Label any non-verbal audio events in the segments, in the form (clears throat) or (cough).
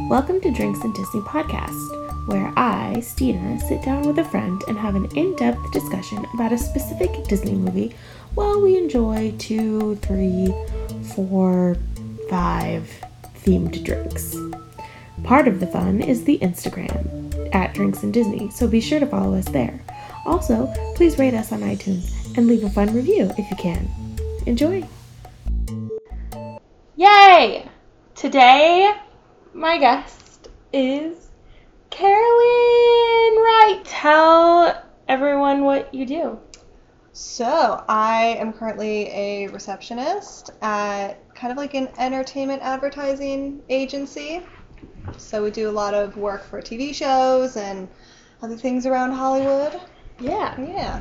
Welcome to Drinks and Disney Podcast, where I, Stina, sit down with a friend and have an in depth discussion about a specific Disney movie while we enjoy two, three, four, five themed drinks. Part of the fun is the Instagram at Drinks and Disney, so be sure to follow us there. Also, please rate us on iTunes and leave a fun review if you can. Enjoy! Yay! Today, my guest is Carolyn Wright. Tell everyone what you do. So, I am currently a receptionist at kind of like an entertainment advertising agency. So, we do a lot of work for TV shows and other things around Hollywood. Yeah. Yeah.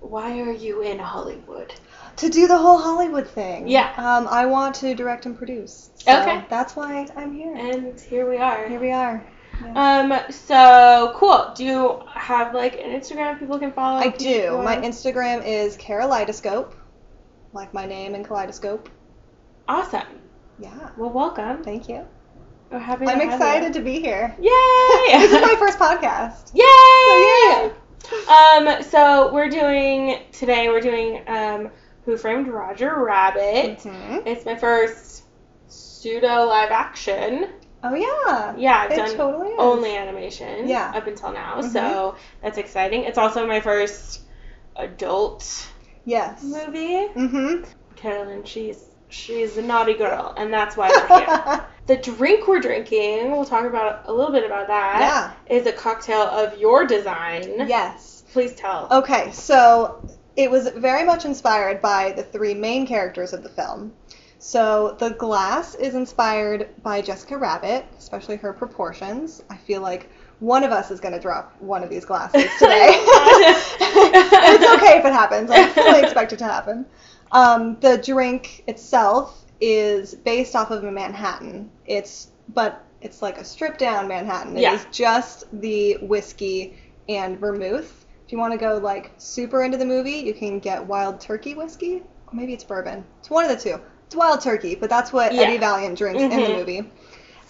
Why are you in Hollywood? To do the whole Hollywood thing. Yeah. Um, I want to direct and produce. So Okay. That's why I'm here. And here we Here are. we are. Um, so cool. Do you have like an Instagram people can follow? I People do. can- My Instagram is Kaleidoscope, like my name and Kaleidoscope. awesome. Yeah. Well, welcome. Thank you. We're happy. I'm to have excited to be here. you. Yay! (laughs) this (laughs) is my first podcast. Yay! Oh, Um, so we're doing today. We're doing um, Who Framed Roger Rabbit. Mhm. It's my first pseudo live action. Oh yeah. Yeah, I've It done totally is. only animation. Mm-hmm. Yeah. up until now. Mhm. So that's exciting. It's also my first adult Yes. movie. (laughs) Mm-hmm. Carolyn, she's she's a naughty girl, and that's why we're (laughs) here. the drink we're drinking, we'll talk about a little bit about that. yeah. Is a cocktail of your design. Yes. Please tell. Okay, so it was very much inspired by the three main characters of the film. So the glass is inspired by Jessica Rabbit, especially her proportions. I feel like one of us is going to drop one of (laughs) these glasses today. Oh (laughs) it's okay if it happens. I fully expect it to happen. Um, the drink itself is based off of a Manhattan. It's but it's like a stripped down Manhattan. It is Yeah. just the whiskey and vermouth. If you want to go like super into the movie, you can get Wild Turkey whiskey. Or maybe it's bourbon. It's one of the two. It's Wild Turkey, but that's what Yeah. Eddie Valiant drinks in the Mhm. movie.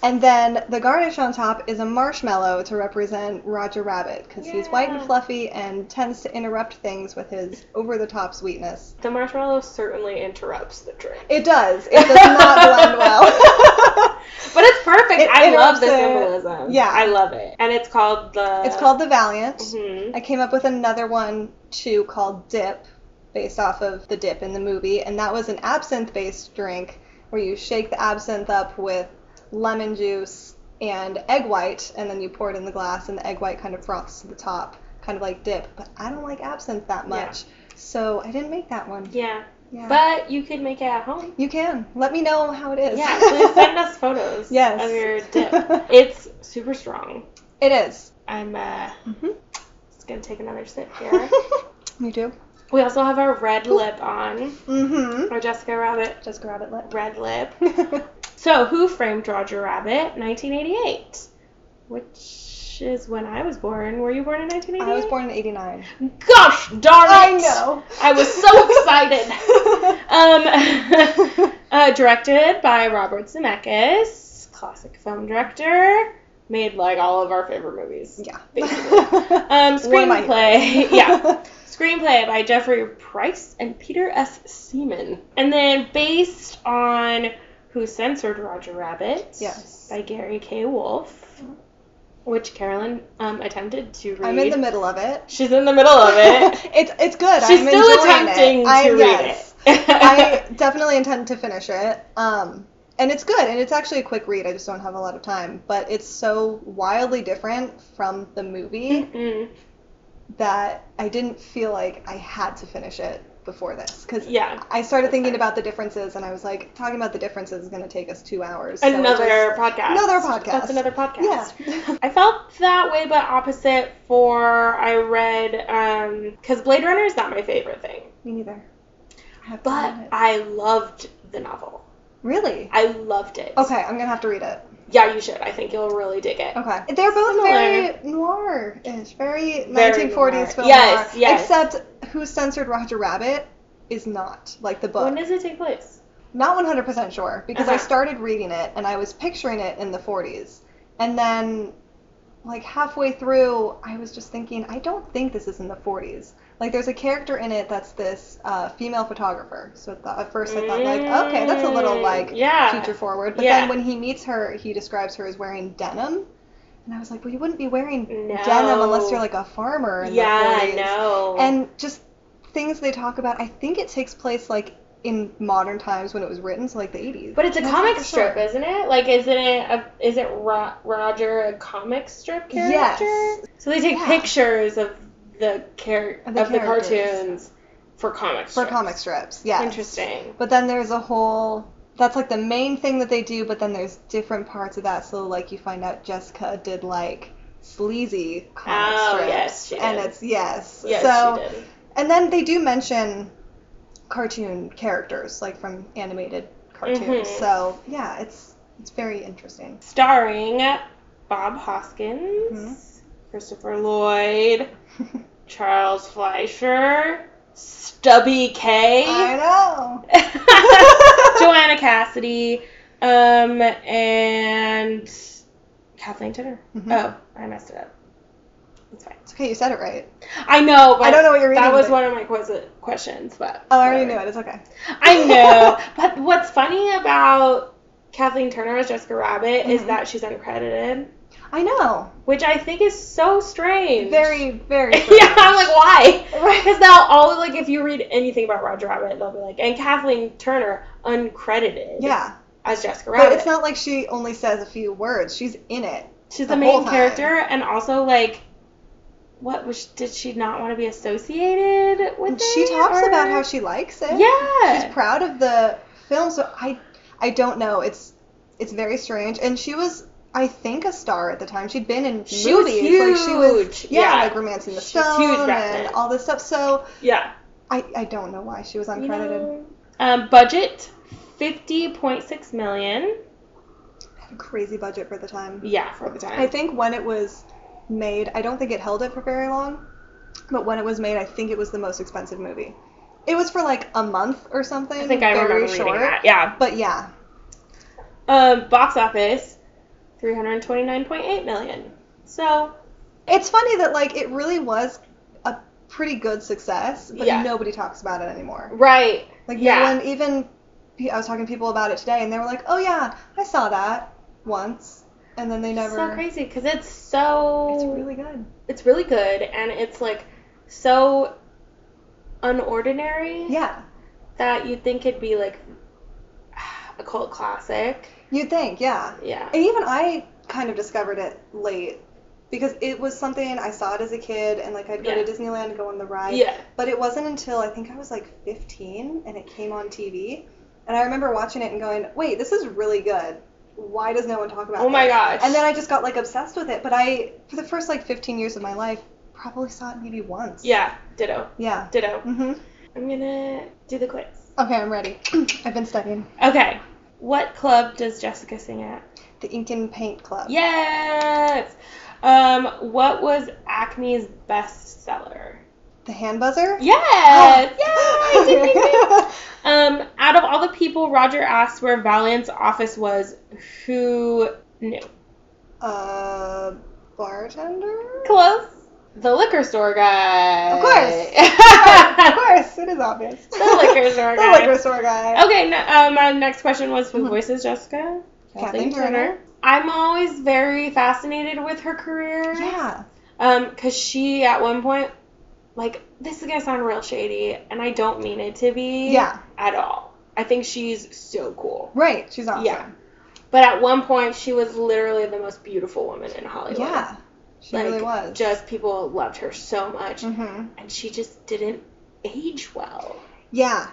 And then the garnish on top is a marshmallow to represent Roger Rabbit because he's white and Yeah. fluffy and tends to interrupt things with his over the top sweetness. (laughs) The marshmallow certainly interrupts the drink. It does. It does not (laughs) blend well. But it's perfect. It I love the interrupts it. symbolism. Yeah. I love it. And it's called the. it's called the Valiant. Mhm. I came up with another one too called Dip, based off of the dip in the movie, and that was an absinthe based drink where you shake the absinthe up with lemon juice and egg white, and then you pour it in the glass, and the egg white kind of froths to the top, kind of like dip. But I don't like absinthe that much, so I didn't make that one. Yeah. Yeah. But you could make it at home. you can. Let me know how it is. (laughs) Yeah. Please send us photos Yes. of (laughs) your dip. It's super strong. It is. I'm uh, (laughs) Mhm. just going to take another sip (laughs) here. you do. we also have our red lip on. Mm-hmm. Our Jessica Rabbit Just grab it, lip. red lip. (laughs) So, Who Framed Roger Rabbit? 1988. Which is when I was born. Were you born in 1988? I was born in '89. Gosh darn it! I know. I was so (laughs) excited. Um, (laughs) uh, directed by Robert Zemeckis, classic film director, made like all of our favorite movies. (laughs) yeah. (laughs) Um, One of my screenplay, yeah, (laughs) screenplay by Jeffrey Price and Peter S. Seaman, and then based on Who Censored Roger Rabbit? Yes. by Gary K. Wolf, which Carolyn um, attempted to read. I'm in the middle of it. She's in the middle of (laughs) it. it's it's good. She's I'm still enjoying attempting it. to I, read yes. it. (laughs) (laughs) I definitely intend to finish it. Um, and it's good, and it's actually a quick read. I just don't have a lot of time, but it's so wildly different from the movie Mm, that I didn't feel like I had to finish it before this because yeah. I started That's thinking fair. about the differences, and I was like, talking about the differences is going to take us two hours. so it Another podcast. another podcast. That's another podcast. just- yeah. (laughs) I felt that way, but opposite for I read because Blade Runner is not my favorite thing, Me neither. I have to but admit it. I loved the novel. really. I loved it. Okay, I'm gonna have to read it. Yeah, you should. I think you'll really dig it. Okay. They're both Similar. very noir-ish, very, Very 1940s noir. film Yes, noir. yes. Except who censored Roger Rabbit is not like the book. When does it take place? not 100% sure because I Uh-huh. started reading it and I was picturing it in the 40s And then, like halfway through, I was just thinking, I don't think this is in the 40s. Like, there's a character in it that's this uh, female photographer. So at, the, at first I thought, like, okay, that's a little like Mm, yeah. future forward. But Yeah. then when he meets her, he describes her as wearing denim. And I was like, well, you wouldn't be wearing No. denim unless you're like a farmer in yeah, the 40s. no. And just things they talk about, I think it takes place like in modern times when it was written, so like the 80s. but it's a I'm not comic for strip, sure. isn't it? Like, isn't it? A, is it Ro- Roger a comic strip character? Yes. So they take Yeah. pictures of the char- Of of, the the characters. cartoons for comic For strips. comic strips, yeah. Interesting. But then there's a whole. That's like the main thing that they do, but then there's different parts of that. So like you find out Jessica did like sleazy comic Oh, strips, yes, she and did. it's yes. Yes, so she did. and then they do mention cartoon characters like from animated cartoons. Mhm. So yeah, it's it's very interesting. (laughs) Starring Bob Hoskins, Mm-hmm. Christopher Lloyd, Charles Fleischer, Stubby K. I know. (laughs) Joanna Cassidy, um, and Kathleen Turner. Mhm. Oh, I messed it up. It's fine. It's okay, you said it right. I know, but I don't know what you're That reading, was but- one of my ques- questions, but Oh, I already knew whatever. it. It's okay. I (laughs) know, but what's funny about Kathleen Turner as Jessica Rabbit is Mhm. that she's uncredited, I know. which I think is so strange. Very, very. (laughs) yeah, I'm like, why? strange. Right. Because they'll always like if you read anything about Roger Rabbit, they'll be like, and Kathleen Turner uncredited Yeah, as Jessica Rabbit. but it's not like she only says a few words. She's in it. She's the the, whole main time. character, and also like, what was did she not want to be associated with? And she it, talks or- about how she likes it. yeah, She's proud of the film, so I I don't know. It's it's very strange. And she was I think a star at the time. She'd been in She was movies. Like she was huge. yeah, Yeah. like Romancing the She's Stone huge back and then. all this stuff. So yeah. I, I don't know why she was You uncredited. know, um, budget fifty point six million. Had a crazy budget for the time. Yeah, for the time. I think when it was made, I don't think it held it for very long, but when it was made, I think it was the most expensive movie. It was for like a month or something. I think I very remember short. reading that. Yeah. But yeah, Um, box office three hundred twenty nine point eight million. So it's funny that like it really was a pretty good success, but Yeah. nobody talks about it anymore. right. Like Yeah. no one even. I was talking to people about it today, and they were like, "Oh yeah, I saw that once," and then they never. So crazy because it's so It's really good. it's really good and it's like so unordinary Yeah, that you'd think it'd be like (sighs) a cult classic. you'd think. Yeah. Yeah. And even I kind of discovered it late because it was something I saw it as a kid and like I'd go Yeah. to Disneyland and go on the ride. Yeah. But it wasn't until I think I was like 15 and it came on TV and I remember watching it and going, "Wait, this is really good. Why does no one talk about Oh my this?" gosh. And then I just got like obsessed with it, but I for the first like 15 years of my life probably saw it maybe once. Yeah, ditto. Yeah. Ditto. Mhm. I'm gonna do the quiz. Okay, I'm ready. (clears throat) I've been studying. Okay. What club does Jessica sing at? The Ink and Paint Club. Yes! Um, what was Acme's bestseller? The Hand Buzzer? Yes! Oh. (laughs) Yay! Ding, ding, ding. Um, out of all the people Roger asked where Valiant's office was, who knew? Uh, bartender? Close. The liquor store guy. Of course. (laughs) (laughs) course. of course, it is obvious. the liquor store (laughs) the guy. liquor store guy. Okay, no, uh, my next question was who voices Jessica? Uh-huh. Kathleen Turner. I'm always very fascinated with her career. Yeah. Um, because she, at one point, like, this is going to sound real shady, and I don't mean it to be Yeah. at all. I think she's so cool. Right. She's awesome. Yeah. But at one point, she was literally the most beautiful woman in Hollywood. Yeah. She Like, really was. Just people loved her so much. hmm and she just didn't age well. Yeah.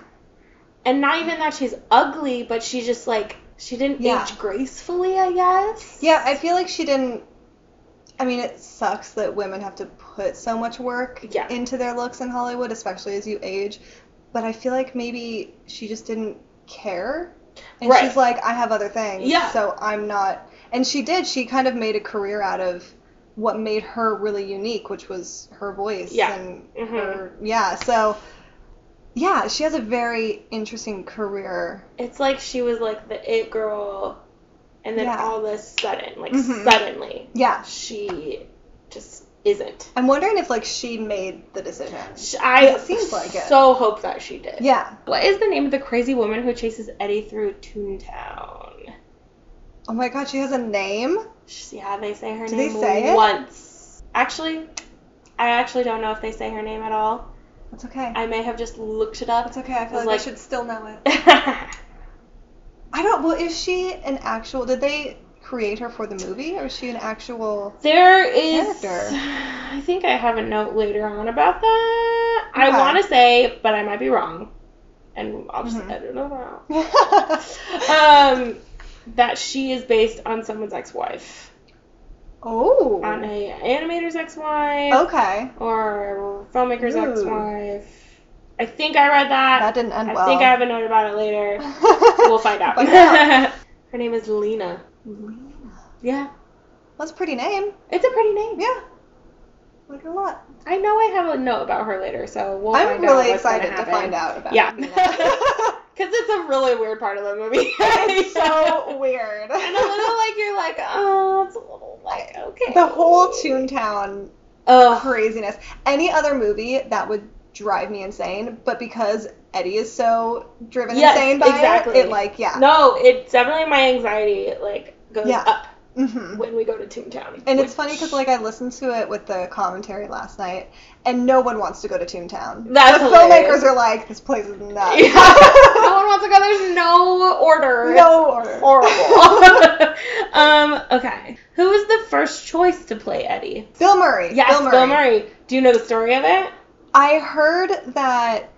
And not even that she's ugly, but she just like she didn't Yeah. age gracefully, I guess. Yeah. I feel like she didn't. I mean, it sucks that women have to put so much work Yeah. into their looks in Hollywood, especially as you age. But I feel like maybe she just didn't care. And Right. she's like, I have other things. Yeah. So I'm not. And she did. She kind of made a career out of what made her really unique, which was her voice. Yeah. And Mhm. her. Yeah. So, yeah, she has a very interesting career. It's like she was like the it girl and then Yeah. all of a sudden, like Mhm. suddenly, Yeah. she just isn't. I'm wondering if like she made the decision. Sh- I It seems like it. so hope that she did. Yeah. What is the name of the crazy woman who chases Eddie through Toontown? Oh my god, she has a name? Sh- Yeah, they say her Do they name say it? once. Actually, I actually don't know if they say her name at all. That's okay. I may have just looked it up. That's okay. I feel was like, like- I should still know it. I I don't. Well, is she an actual? Did they create her for the movie, or is she an actual? (laughs) (laughs) There is. Character. I think I have a note later on about that. I Okay. want to say, but I might be wrong, and I'll just Mhm. edit it out. oh, Um, that she is based on someone's ex-wife, on a animator's ex-wife, Oh, okay. or a filmmaker's Ooh. ex-wife. I think I read That that. didn't end I well. think I have a note about it later. (laughs) We'll find out. Find out. (laughs) Her name is Lena. Yeah, That's a pretty name. it's a pretty name. Yeah. Like a lot. I know I have a note about her later, so we'll I'm find really out what's gonna excited to happen. find out about. Yeah. Nina. (laughs) Because it's a really weird part of the movie. it's (laughs) so and weird. a little like you're like, oh, it's a little like okay. (laughs) the whole Toontown Oh, craziness. Any other movie that would drive me insane, but because Eddie is so driven Yes, insane by exactly. it, it like yeah, no, it's definitely my anxiety like goes Yeah. up hmm when we go to Toontown. And it's which- funny because like I listened to it with the commentary last night, and no one wants to go to Toontown. That's the hilarious. filmmakers are like, this (laughs) place is nuts. Yeah. (laughs) no one wants to go. There's no order. no It's order. horrible. (laughs) um. Okay. Who was the first choice to play Eddie? (laughs) Bill Murray. Yes, Bill Murray. Do you know the story of it? I heard that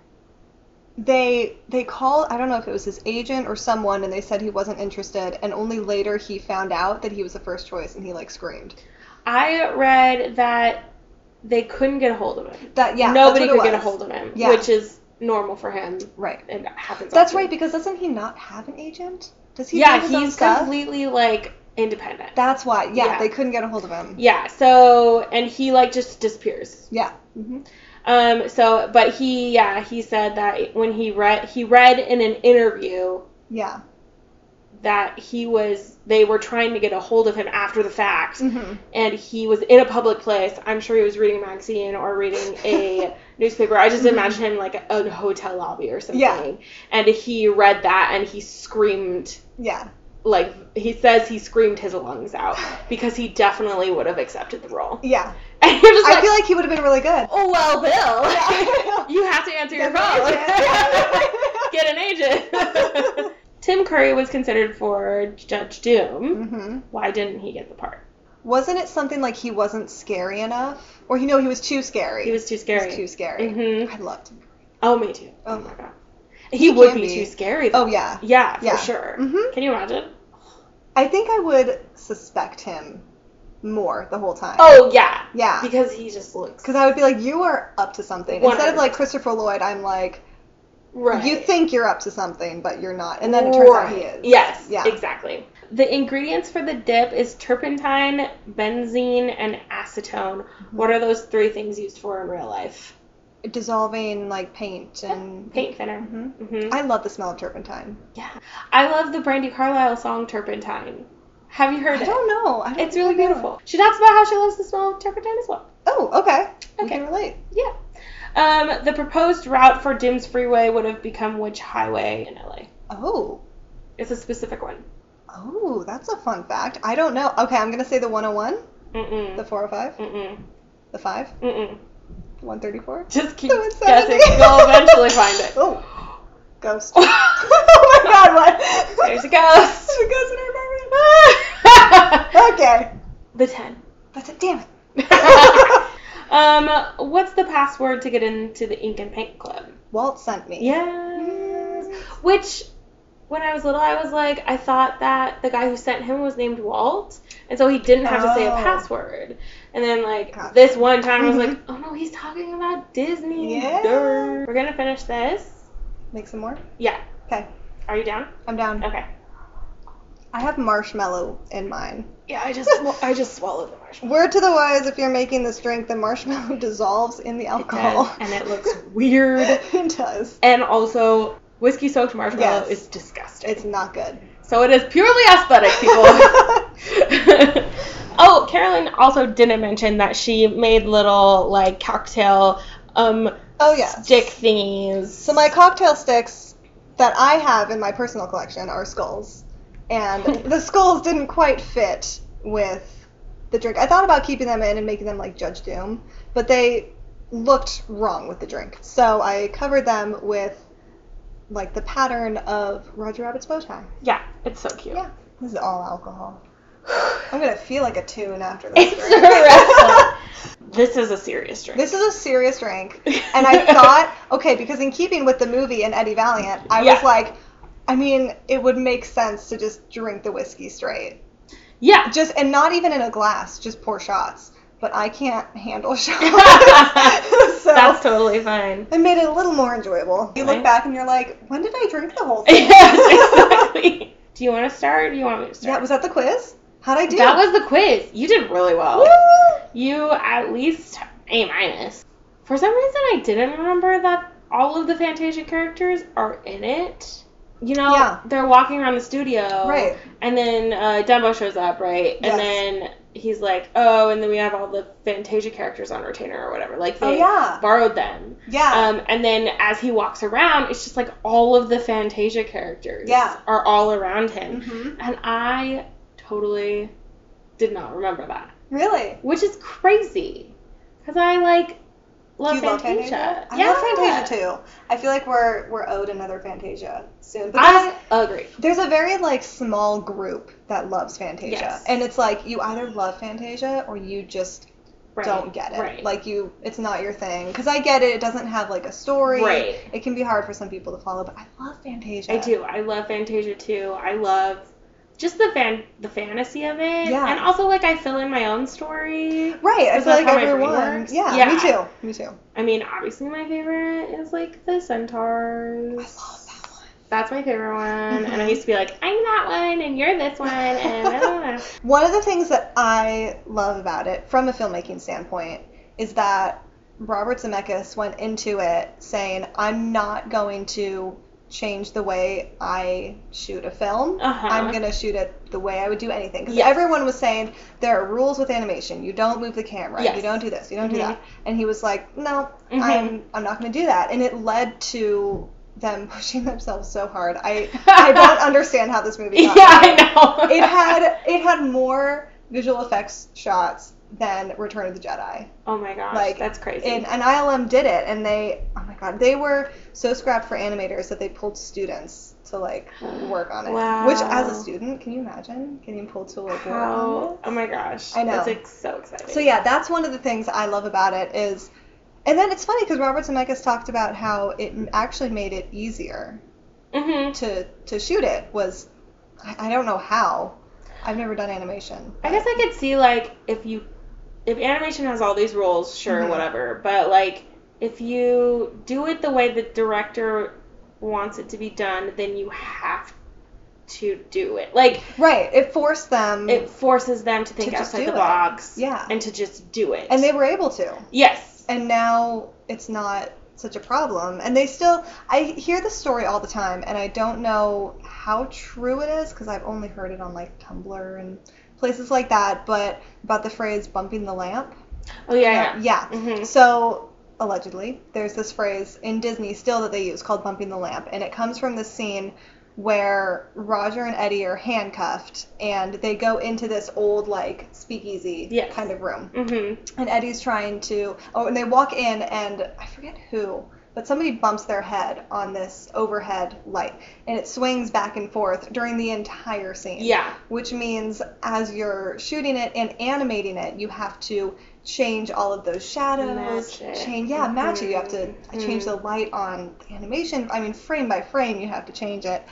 they they called I don't know if it was his agent or someone and they said he wasn't interested and only later he found out that he was the first choice and he like screamed. I read that they couldn't get a hold of him. That yeah, Nobody that's could what it get a was. hold of him, Yeah. which is normal for him Right. and happens. That's often. right because doesn't he not have an agent? Does he? do yeah, his own he's stuff? completely like independent. That's why. Yeah, Yeah. they couldn't get a hold of him. yeah. So and he like just disappears. Yeah. Mhm. Um. So but he yeah he said that when he read he read in an interview Yeah. that he was they were trying to get a hold of him after the fact Mhm. and he was in a public place. I'm sure he was reading a magazine or reading (laughs) a newspaper. I just imagine him like a hotel lobby or something. Mm-hmm. Yeah. And he read that and he screamed Yeah. like he says he screamed his lungs (sighs) out because he definitely would have accepted the role. Yeah. (laughs) And you're just I like, feel like he would have been really good. oh well, Bill, (laughs) Yeah. you have to answer your phone. (laughs) Yeah. (laughs) Get an (laughs) agent. Tim Curry was considered for Judge (laughs) Doom. Mhm. Why didn't he get the part? Wasn't it something like he wasn't scary enough, or you know he was too scary? He was too He was scary. too scary. Mhm. I loved him. Oh, me too. Oh, Oh. my god. He, would can be, be. too scary. Though. Oh yeah. yeah, for Yeah. sure. Mhm. Can you imagine? I think I would suspect him more the whole time. Oh yeah, Yeah. because he just looks Because I would be like, you are up to something. Instead of 100%. like Christopher Lloyd, I'm like, right. you think you're up to something, but you're not. And then it turns out he Right. is. Yes, Yeah. exactly. The ingredients for the dip is turpentine, benzene, and acetone. Mm-hmm. What are those three things used for in real life? Dissolving like paint and. Paint thinner. hmm hmm I love the smell of turpentine. yeah, I love the Brandy Carlisle song "Turpentine." Have you heard I it? don't know. I don't It's think really I know. beautiful. She talks about how she loves the smell of turpentine as well. Oh, okay. We Okay. can relate. Yeah. Um, the proposed route for Dims Freeway would have become which highway in LA? Oh. It's a specific one. Oh, that's a fun fact. I don't know. Okay, I'm going to say the 101, the Mm-mm. 405, Mm-mm. the 5, Mm-mm. the 134, Just keep the 170. guessing. You'll eventually find it. Oh. (gasps) Ghost. (laughs) oh my god, what? (laughs) There's a ghost. (laughs) There's (laughs) a ghost in our apartment. (gasps) Okay. the ten. That's it. Damn it. (laughs) um, what's the password to get into the Ink and Paint Club? Walt sent me. Yes. Which, when I was little, I was like, I thought that the guy who sent him was named Walt, and so he didn't have to say a Oh. password. And then, like, Gotcha. this one time, I was like, Mhm. oh no, he's talking about Disney. Yeah. Durr. We're gonna finish this. Make some more. Yeah. Okay. Are you down? I'm down. Okay. I have marshmallow in mine. Yeah, I just I just swallowed the marshmallow. (laughs) Word to the wise: if you're making this drink, the marshmallow (laughs) dissolves in the alcohol. and it looks weird. (laughs) it does. And also, whiskey soaked marshmallow Yes. is disgusting. It's not good. So it is purely aesthetic, people. oh, Carolyn also didn't mention that she made little like cocktail um (laughs) oh yes. stick thingies. So my cocktail sticks that I have in my personal collection are skulls, and the skulls didn't quite fit with the drink. I thought about keeping them in and making them like Judge Doom, but they looked wrong with the drink. So I covered them with like the pattern of Roger Rabbit's bow tie. yeah, it's so cute. Yeah, this is all alcohol. I'm gonna feel like a tune after this. It's drink. (laughs) a wrestler. (sighs) This is a serious drink. This is a (laughs) serious drink, and I thought, okay, because in keeping with the movie and Eddie Valiant, I Yeah. was like, I mean, it would make sense to just drink the whiskey straight, (laughs) yeah. just and not even in a glass, just pour shots. But I can't (laughs) handle (laughs) shots, so That's totally (laughs) fine. it made it a little more enjoyable. You Right. look back and you're like, when did I drink the whole (laughs) thing? yes, exactly. Do you want to start or do you want me to start? That was that the quiz? How'd I do? That was the quiz. You did really well. Woo! You at least A minus. For some reason, I didn't remember that all of the Fantasia characters are in it. You know, Yeah. they're walking around the studio. Right. And then uh, Dumbo shows up, right? Yes. And then he's like, oh, and then we have all the Fantasia characters on retainer or whatever. Like, Oh they yeah, borrowed them. yeah. Um, and then as he walks around, it's just like all of the Fantasia characters Yeah. are all around him. hmm And I totally did not remember that Really? which is crazy because I like love Do you love Fantasia. Fantasia? I yeah. love Fantasia too. I feel like we're we're owed another Fantasia soon. But I there's, agree. there's a very like small group that loves Fantasia, Yes. and it's like you either love Fantasia or you just Right. don't get it. Right. Like you, it's not your thing. Because I get it; it doesn't have like a story. Right. It can be hard for some people to follow, but I love Fantasia. I do. I love Fantasia too. I love just the fan the fantasy of it. Yeah. And also like I fill in my own story. Right. I Is feel that like how my brain everyone. works? Yeah, Yeah. Me too. Me too. I mean, obviously my favorite is like the centaurs. I love that one. That's my favorite one. And I Mhm. used to be like, I'm that one and you're this one (laughs) and I don't know. One of the things that I love about it from a filmmaking standpoint is that Robert Zemeckis went into it saying, I'm not going to change the way I shoot a film. Uh-huh. I'm going to shoot it the way I would do anything. Because Yes. everyone was saying, there are rules with animation. You don't move the camera. Yes. You don't do this. You don't Mhm. do that. And he was like, no, Mhm. I'm, I'm not going to do that. And it led to them (laughs) pushing themselves so hard. (laughs) I, I don't understand how this movie Yeah, got made I know. it had it had more visual effects shots than Return of the Jedi. (laughs) Oh my gosh, like, that's crazy. And, and ILM did it, and they oh my god, they were so scrapped for animators that they pulled students to like work on it. Wow. Which as a student, can you imagine getting pulled to like work on How? Oh my gosh. I know. That's like so exciting. it? So yeah, that's one of the things I love about it is. And then it's funny because Robert Zemeckis talked about how it actually made it easier hmm to to shoot it was, I, I don't know how, I've never done animation. I guess I could see like if you, if animation has all these rules, sure, Mhm. whatever. But like if you do it the way the director wants it to be done, then you have to do it. Like Right. It forced them. it forces them Mm-hmm. to think just outside do the it. box. Yeah. And to just do it. and they were able to. yes. And now it's not such a problem. And they still. I hear the story all the time, and I don't know how true it is because I've only heard it on like Tumblr and places like that. But about the phrase "bumping the lamp." Oh yeah. yeah. Yeah. Mhm. So allegedly, there's this phrase in Disney still that they use called bumping the lamp, and it comes from this scene where Roger and Eddie are handcuffed and they go into this old like speakeasy Yes. kind of room. Mhm. And Eddie's trying to oh and they walk in and I forget who, but somebody bumps their head on this overhead light and it swings back and forth during the entire scene Yeah. which means as you're shooting it and animating it, you have to change all of those shadows. Match it. Change, yeah, match it. You have to uh, Mhm. change the light on the animation. I mean, frame by frame, you have to change it.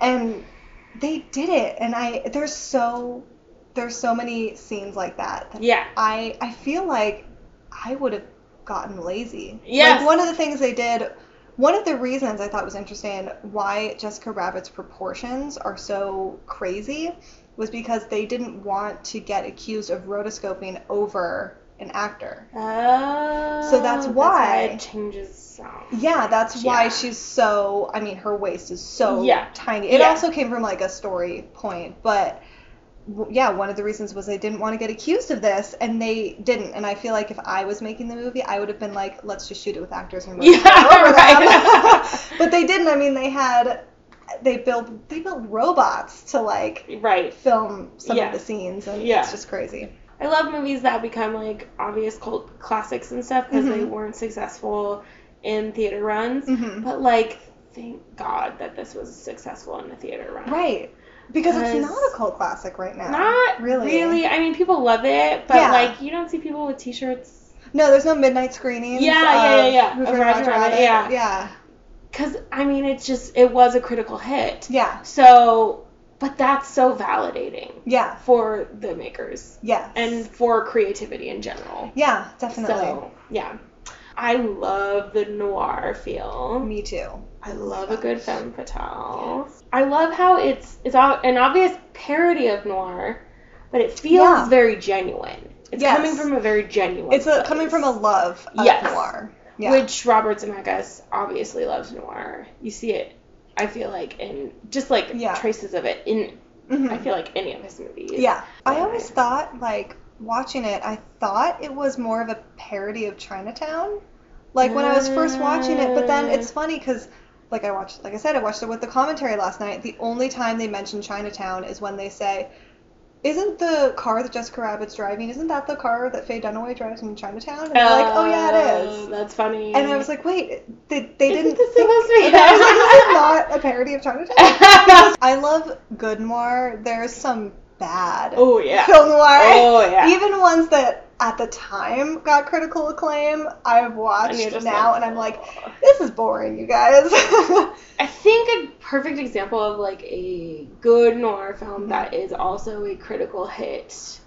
And they did it, and I there's so there's so many scenes like that. that Yeah. I I feel like I would have gotten lazy. Yes. Like one of the things they did, one of the reasons I thought was interesting why Jessica Rabbit's proportions are so crazy was because they didn't want to get accused of rotoscoping over an actor. Oh. So that's why- it changes sound. Yeah, that's why Yeah. she's so. I mean, her waist is so Yeah. tiny. It Yeah. also came from like a story point, but w- yeah, one of the reasons was they didn't want to get accused of this, and they didn't. And I feel like if I was making the movie, I would have been like, let's just shoot it with actors and (laughs) Yeah, overlap." (laughs) right. but they didn't. I mean, they had they built they built robots to like Right. film some Yeah. of the scenes, and Yeah. it's just crazy. I love movies that become like obvious cult classics and stuff because they Mhm. weren't successful in theater runs. Mhm. But like, thank God that this was successful in a theater run. Right. Because it's Because- not a cult classic right now. Not really. really. Really. I mean, people love it, but Yeah. like, you don't see people with T-shirts. No, there's no midnight screenings. um, Yeah, yeah, yeah, of yeah. Who Of Framed Roger Rabbit, yeah. yeah, Cause I mean, it's just it was a critical hit. yeah, So, but that's so validating yeah, for the makers yeah, and for creativity in general. yeah, definitely. So, yeah. I love the noir feel. Me too. I love a good femme fatale. I love how it's it's o- an obvious parody of noir, but it feels Yeah. very genuine. It's Yes. coming from a very genuine. It's a, place, coming from a love of Yes. noir. Yeah, which Robert Zemeckis obviously loves noir. You see it. I feel like in just like Yeah. traces of it in Mhm. I feel like any of his movies. yeah. I Yeah. always thought like watching it, I thought it was more of a parody of Chinatown, like when I was first watching it. But then it's funny because. Like I watched, like I said, I watched it with the commentary last night. The only time they mention Chinatown is when they say, isn't the car that Jessica Rabbit's driving, isn't that the car that Faye Dunaway drives in Chinatown? And they're like, oh yeah, it Oh, is. That's funny. And I was like, wait, they, they Isn't didn't. this think- supposed to be- And (laughs) I was like, this is not a parody of Chinatown. Because I love good noir. There's some bad (laughs) oh (laughs) yeah. film noir. Oh yeah. Even ones that at the time got critical acclaim, I've watched And you're just now, like, and I'm like, "Ugh." this is boring, you guys. (laughs) I think a perfect example of like a good noir film Mhm. that is also a critical hit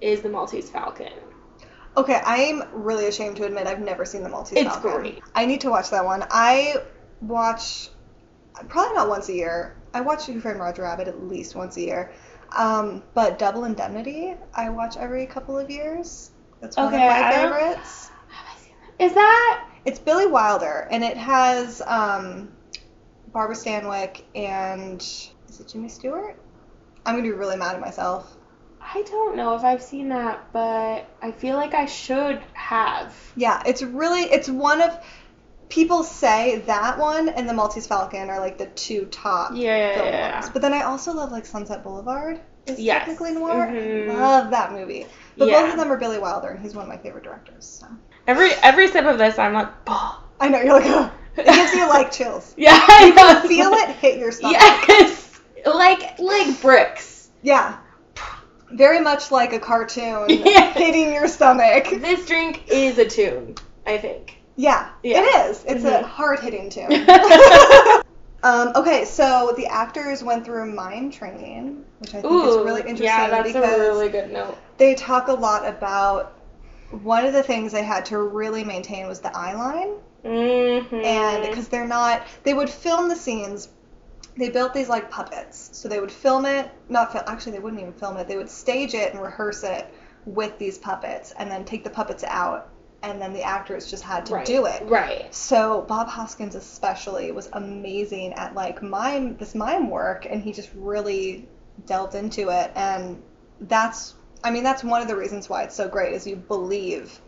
is The Maltese Falcon. Okay, I'm really ashamed to admit I've never seen the Maltese It's Falcon. great. I need to watch that one. I watch probably not once a year. I watch Who Framed Roger Rabbit at least once a year. Um, but Double Indemnity, I watch every couple of years. That's one Okay, of my I don't- favorites. Have I seen that? Is that It's Billy Wilder, and it has um, Barbara Stanwyck and is it Jimmy Stewart? I'm gonna be really mad at myself. I don't know if I've seen that, but I feel like I should have. Yeah, it's really it's one of people say that one and the Maltese Falcon are like the two top Yeah, film yeah, ones. But then I also love like Sunset Boulevard is Yes. technically noir. Mhm. I love that movie. But Yeah. both of them are Billy Wilder and he's one of my favorite directors. So Every every sip of this, I'm like, bah. I know you're like (laughs) Ugh. it gives you like chills. (laughs) yeah, I know. Feel it hit your stomach. (laughs) Yes, like like bricks. Yeah. Very much like a cartoon (laughs) Yeah. hitting your stomach. This drink is a tune, I (laughs) think. Yeah, Yeah. it is. It's Mhm. a hard hitting tune. (laughs) Um, okay, so the actors went through mime training, which I think is really interesting yeah, that's because a really good note. they talk a lot about one of the things they had to really maintain was the eye line, Mm-hmm. and because they're not, they would film the scenes. They built these like puppets, so they would film it. Not fil- actually, they wouldn't even film it. They would stage it and rehearse it with these puppets, and then take the puppets out, and then the actors just had to right. do it. Right. So Bob Hoskins especially was amazing at like mime this mime work and he just really delved into it and that's I mean that's one of the reasons why it's so great is you believe.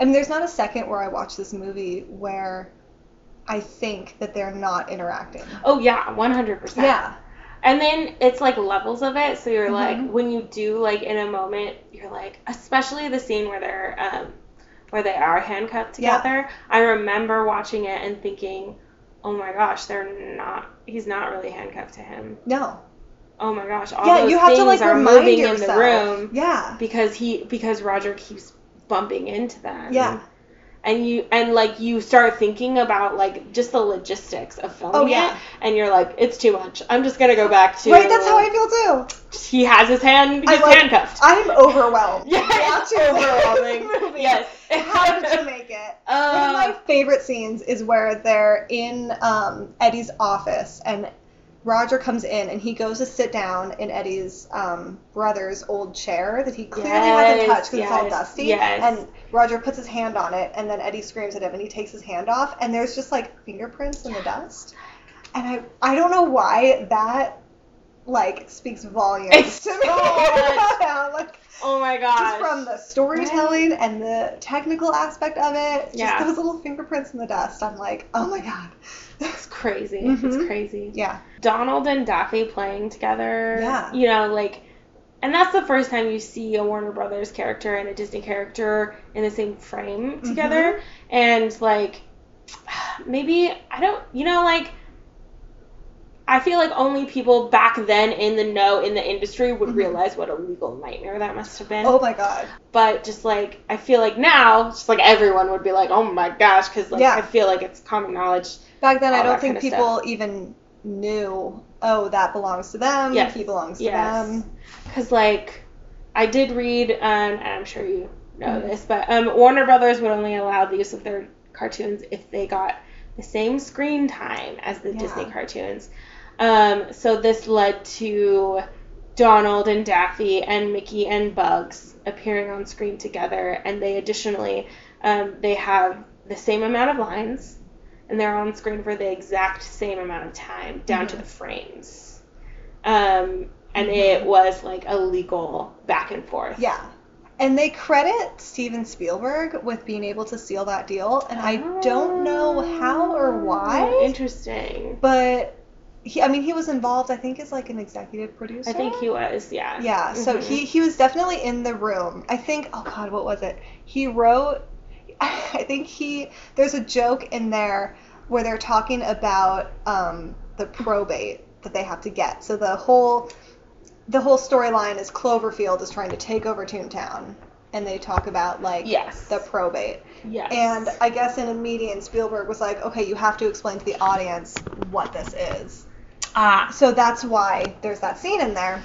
I mean there's not a second where I watch this movie where I think that they're not interacting. Oh yeah, one hundred percent. Yeah. And then it's like levels of it. So you're Mhm. like, when you do like in a moment, you're like, especially the scene where they're um, where they are handcuffed Yeah. together. I remember watching it and thinking, oh my gosh, they're not. He's not really handcuffed to him. No. Oh my gosh, all yeah, those you have things to like are remind moving yourself. in the room Yeah. because he because Roger keeps bumping into them. Yeah. And you and like you start thinking about like just the logistics of filming Oh, yeah. it, and you're like, it's too much. I'm just gonna go back to Right, that's how I feel too. he has his hand he's I'm like- handcuffed. I'm (laughs) overwhelmed. Yeah, it's watching (laughs) this overwhelming. movie. Yes. (laughs) How did you make it? One of my Uh, favorite scenes is where they're in um, Eddie's office and Roger comes in and he goes to sit down in Eddie's um, brother's old chair that he clearly Yes, hasn't touched because it's all yes, dusty. yes. And Roger puts his hand on it, and then Eddie screams at him, and he takes his hand off, and there's just like fingerprints in the dust. And I, I don't know why that like speaks volumes It's to me. so much. (laughs) Yeah, like, Oh my gosh. just from the storytelling and the technical aspect of it, just Yeah. those little fingerprints in the dust. I'm like, oh my god, It's crazy. It's Mhm. crazy. yeah, Donald and Daphne playing together. Yeah. You know, like, and that's the first time you see a Warner Brothers character and a Disney character in the same frame Mm-hmm. together. And, like, (sighs) maybe, I don't, you know, like, I feel like only people back then in the know in the industry would Mhm. realize what a legal nightmare that must have been. oh my god, But just like I feel like now, just like everyone would be like, "Oh my gosh," because like Yeah. I feel like it's common knowledge Back then, all I don't that think kinda people even knew, oh, that belongs to them, Yes. he belongs to Yes. them. because like I did read, um, and I'm sure you know Mhm. this, but um, Warner Brothers would only allow the use of their cartoons if they got the same screen time as the Yeah. Disney cartoons. Um, so this led to Donald and Daffy and Mickey and Bugs appearing on screen together, and they additionally um, they have the same amount of lines, and they're on screen for the exact same amount of time, down to Mhm. the frames. Um, and it was like a legal back and forth. Mm-hmm. Yeah. And they credit Steven Spielberg with being able to seal that deal, and I don't know how Ah. or why, Interesting. but he, I mean, he was involved, I think, as like an executive producer. I think he was, yeah. Yeah, so Mhm. he he was definitely in the room. I think oh god, what was it? He wrote (laughs) I think he there's a joke in there where they're talking about um the probate that they have to get. So the whole the whole storyline is Cloverfield is trying to take over Toontown and they talk about like Yes. the probate. Yes. And uh, I guess in a meeting Spielberg was like, "Okay, you have to explain to the audience what this is." ah, So that's why there's that scene in there.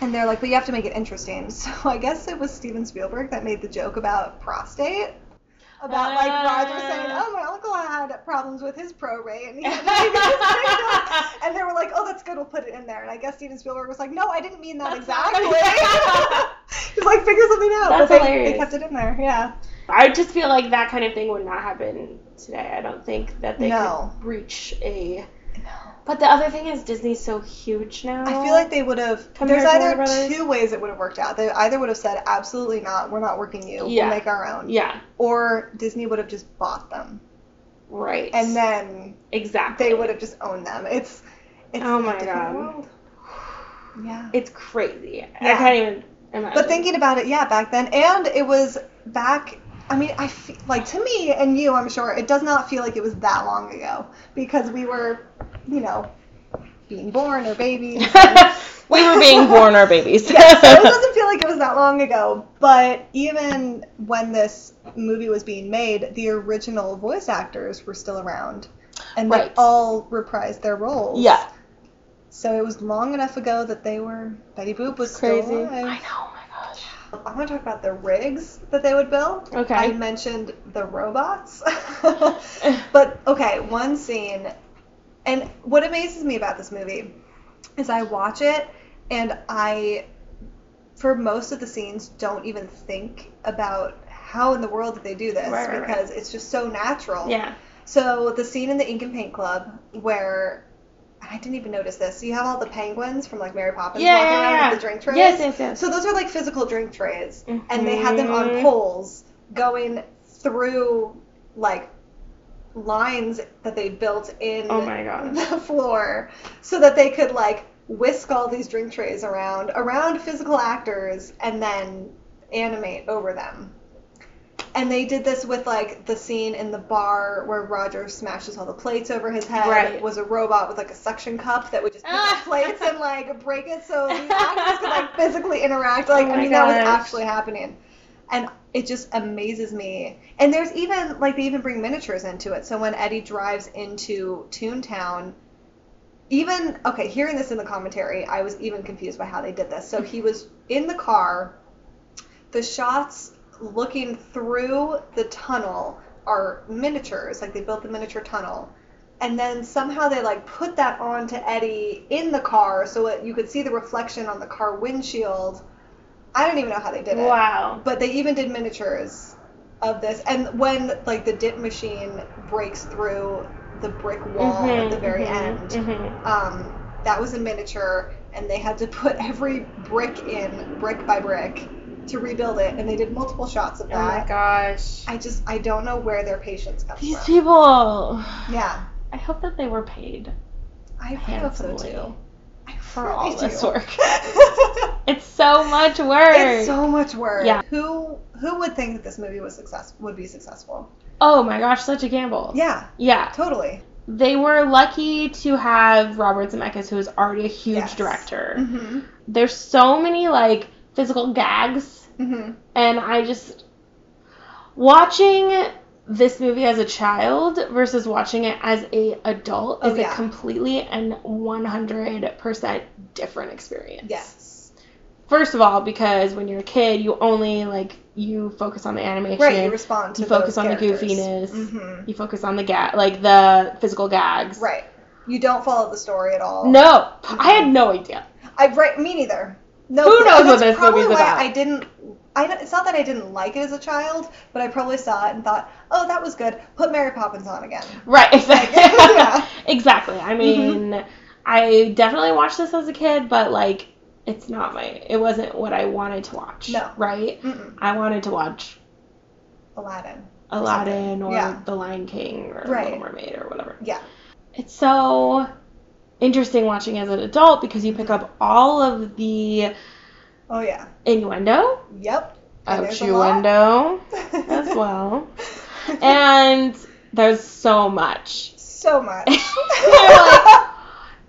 And they're like, but you have to make it interesting. (laughs) So I guess it was Steven Spielberg that made the joke about prostate. About like Roger saying, Ah. oh, my uncle had problems with his prorate, and he had to make it this (laughs) thing. And they were like, oh, that's good, we'll put it in there. And I guess Steven Spielberg was like, no, I didn't (laughs) mean that That's not exactly. (laughs) right. He's like, figure something out. That's but they, hilarious. they kept it in there, yeah. I just feel like that kind of thing would not happen today. I don't think that they No. could reach a. But the other thing is Disney's so huge now. I feel like they would have. Compared There's to Warner either Brothers? two ways it would have worked out. They either would have said, absolutely not, we're not working you, Yeah. we'll make our own. Yeah. or Disney would have just bought them, Right. and then exactly they would have just owned them. It's, it's Oh a my different God. world. yeah. It's crazy. I Yeah. can't even imagine. But thinking about it, yeah, back then, and it was back. I mean, I feel like to me and you, I'm sure it does not feel like it was that long ago because we were, you know, being born or babies. (laughs) we were (laughs) being born our babies. yeah, (laughs) so it doesn't feel like it was that long ago. But even when this movie was being made, the original voice actors were still around, and Right. they all reprised their roles. Yeah. So it was long enough ago that they were Betty Boop was Crazy. still I know. alive. Oh my gosh. I want to talk about the rigs that they would build. Okay. Eh. I mentioned the robots. (laughs) but okay, one scene. And what amazes me about this movie is I watch it and I, for most of the scenes, don't even think about how in the world did they do this Right, right, right. because it's just so natural. yeah. So the scene in the Ink and Paint Club where. I didn't even notice this. So you have all the penguins from like Mary Poppins Yeah, walking yeah, around yeah. with the drink trays. Yes, yes, yes. So those are like physical drink trays, and they had them Mhm. on poles going through like lines that they built in Oh my god. the floor so that they could like whisk all these drink trays around around physical actors and then animate over them. And they did this with like the scene in the bar where Roger smashes all the plates over his head. Right. Was a robot with like a suction cup that would just pick Ah. (laughs) up plates and like break it so these actors could like physically interact. Like Oh I my mean that was gosh. actually happening. And it just amazes me. And there's even like they even bring miniatures into it. So when Eddie drives into Toontown, even okay, hearing this in the commentary, I was even confused by how they did this. So he was in the car. The shots looking through the tunnel are miniatures, like they built the miniature tunnel. And then somehow they like put that on to Eddie in the car so it, you could see the reflection on the car windshield. I don't even know how they did it. Wow. But they even did miniatures of this. And when like the dip machine breaks through the brick wall Mm-hmm, at the very end, hmm um, that was in miniature, and they had to put (laughs) every brick in, brick by brick, to rebuild it, and they did multiple shots of Oh my that. gosh. I just I don't know where their patience comes These from. people. Yeah, I hope that they were paid I hope so handsomely too. I for really all this (laughs) do. work. (laughs) It's so much work. it's so much work. Yeah. Who who would think that this movie was success would be successful? oh my gosh, such a gamble. Yeah, Yeah. totally. They were lucky to have Robert Zemeckis, who is already a huge Yes. director. Mm-hmm. There's so many like physical gags, Mm-hmm. and I just watching this movie as a child versus watching it as a adult Oh, is yeah. a completely and 100% different experience. Yes. First of all, because when you're a kid, you only like you focus on the animation. Right. You respond to you focus those on the characters. goofiness. Mhm. You focus on the gag, like the physical gags. Right. You don't follow the story at all. No, I had no idea. I right, me neither. No, Who clue. knows And what that's this probably movie's why about? I didn't. I don't- it's not that I didn't like it as a child, but I probably saw it and thought, "Oh, that was good. Put Mary Poppins on again." Right, exactly. (laughs) Yeah. Mm-hmm. Exactly. I mean, I definitely watched this as a kid, but like, it's not my. It wasn't what I wanted to watch. No. Right. Mm-mm. I wanted to watch Aladdin. Aladdin or Yeah. The Lion King or Right. Little Mermaid or whatever. Yeah. It's so interesting watching as an adult because you pick up all of the Oh yeah. innuendo, Yep. And there's a lot. obscuendo as (laughs) well, and there's so much. (laughs) so much. (laughs) You're like,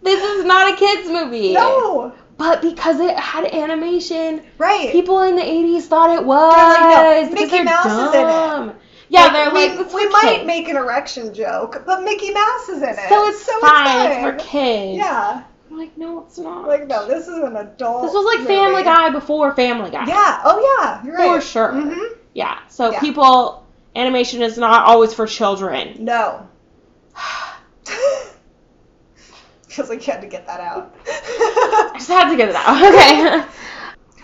this is not a kids movie. no. But because it had animation, Right. people in the 80s thought it was. They're like, no, because Mickey they're Mouse is in it. dumb. Yeah, they're we, like, it's we for might kids. make an erection joke, but Mickey Mouse is in it, So it's so fine. It's fine. It's for kids. Yeah. I'm like, no, it's not. Like no, this is an adult. this was like movie. Family Guy before Family Guy. Yeah. Oh yeah. You're For right. sure. hmm Yeah. So Yeah. people, animation is not always for children. (sighs) No. (laughs) Feels like you had to get that out. (laughs) I just had to get it out. (laughs)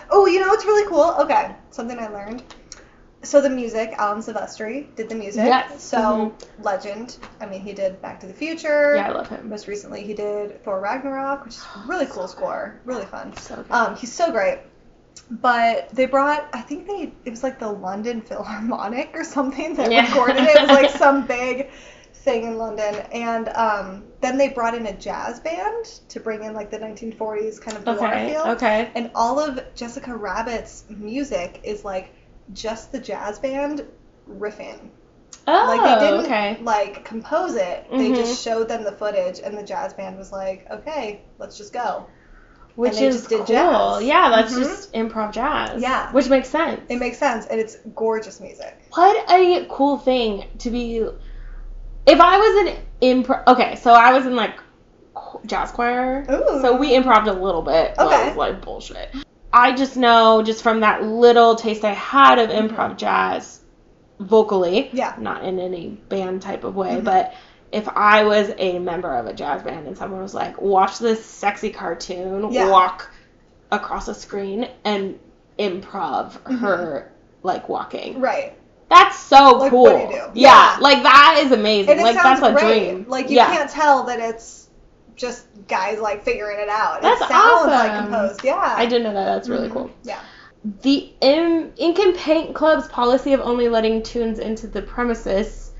Okay. oh, you know what's really cool? Okay, something I learned. So the music, Alan Silvestri did the music. Yes. Mm-hmm. So legend. I mean, he did Back to the Future. yeah, I love him. Most recently, he did Thor Ragnarok, which is a really cool score, really fun. So good. Um, he's so great. But they brought, I think they, it was like the London Philharmonic or something that Yeah. recorded it. It was (laughs) like some big thing in London. And um, then they brought in a jazz band to bring in like the 1940s kind of noir okay. feel. Okay. And all of Jessica Rabbit's music is like just the jazz band riffing. Oh, Like they didn't okay. like compose it. They Mhm. just showed them the footage, and the jazz band was like, "Okay, let's just go." Which and they is just did cool. jazz. Yeah, that's Mhm. just improv jazz. Yeah. which makes sense. It makes sense, and it's gorgeous music. what a cool thing to be. If I was an improv, okay, so I was in like qu- jazz choir, Ooh. so we improved a little bit. but Okay. it was like bullshit. I just know just from that little taste I had of improv jazz, vocally, Mm-hmm. Yeah. not in any band type of way, Mhm. but if I was a member of a jazz band and someone was like, watch this sexy cartoon, Yeah. walk across a screen and improv Mm-hmm. her like walking. Right. That's so Like, cool. what do you do? Yeah, Yeah. like that is amazing. And it like sounds that's a great. dream. Like you yeah. can't tell that it's just guys like figuring it out. That's it sounds like awesome. composed. Yeah. I didn't know that. That's really Mhm. cool. Yeah. The in- Ink and Paint Club's policy of only letting tunes into the premises.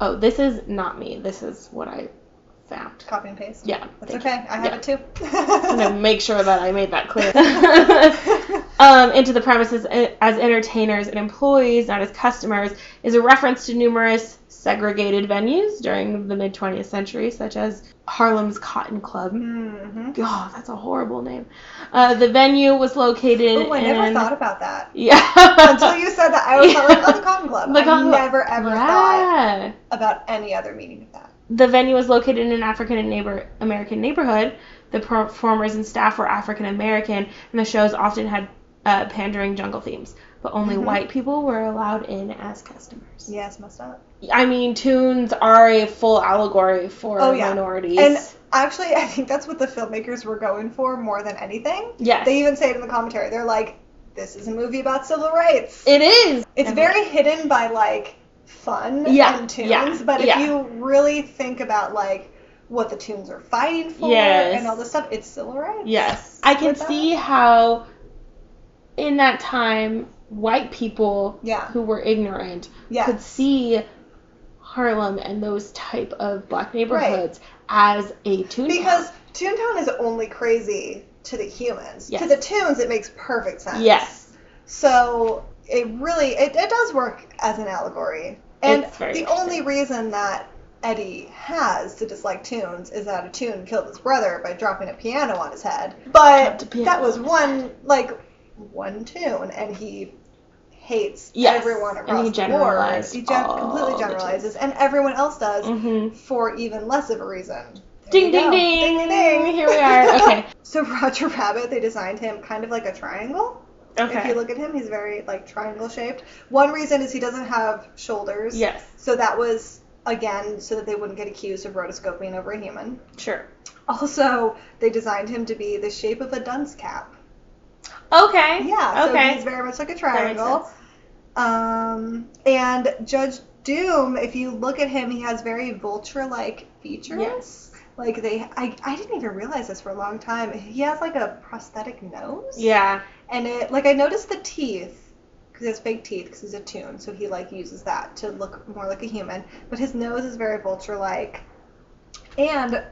Oh, this is not me. This is what I found. Copy and paste. Yeah. That's thank you. okay. I have Yeah. it too. (laughs) I'm gonna make sure that I made that clear. um, into the premises a- as entertainers and employees, not as customers, is a reference to numerous segregated venues during the mid 20th century, such as Harlem's Cotton Club. hmm Oh, that's a horrible name. Uh, the venue was located Oh, I in. never thought about that. (laughs) Until yeah. (laughs) you said that, I was like, oh, the Cotton Club. The I Cotton Club. never ever thought yeah. about any other meaning of that. The venue was located in an African and neighbor American neighborhood. The performers and staff were African American, and the shows often had uh, pandering jungle themes. But only Mhm. white people were allowed in as customers. Yes, messed up. I mean, tunes are a full allegory for Oh, yeah. minorities. And actually, I think that's what the filmmakers were going for more than anything. yes. They even say it in the commentary. They're like, this is a movie about civil rights. It is. It's very hidden by like fun Yeah, and tunes, yeah, but if yeah. you really think about like what the tunes are fighting for Yes. and all this stuff, it's civil rights. Yes. I can With that. see how in that time white people Yeah. who were ignorant Yeah. could see Harlem and those type of black neighborhoods as a tune. Because Toontown is only crazy to the humans. Yes. To the tunes, it makes perfect sense. yes. So it really it, it does work as an allegory. And It's very the interesting. only reason that Eddie has to dislike tunes is that a tune killed his brother by dropping a piano on his head. But Dropped a piano that was on his one like one tune and he hates Yes. everyone And across he the board. generalized He gen- all completely the tunes. generalizes and everyone else does Mhm. for even less of a reason. There Ding, you ding, go. ding. ding ding ding. Here we (laughs) are. Okay. So Roger Rabbit, they designed him kind of like a triangle. If you Okay. look at him, he's very like triangle shaped. One reason is he doesn't have shoulders. Yes. So that was again so that they wouldn't get accused of rotoscoping over a (laughs) human. Sure. Also, they designed him to be the shape of a dunce cap. Okay. Yeah. So Okay. he's very much like a That makes triangle. sense. Um, and Judge Doom, if you look at him, he has very vulture-like features. Yes. Like they, I, I didn't even realize this for a long time. He has like a prosthetic nose. Yeah. And it, like, I noticed the teeth, because he has fake teeth, because he's a toon, so he, like, uses that to look more like a human. But his nose is very vulture like. And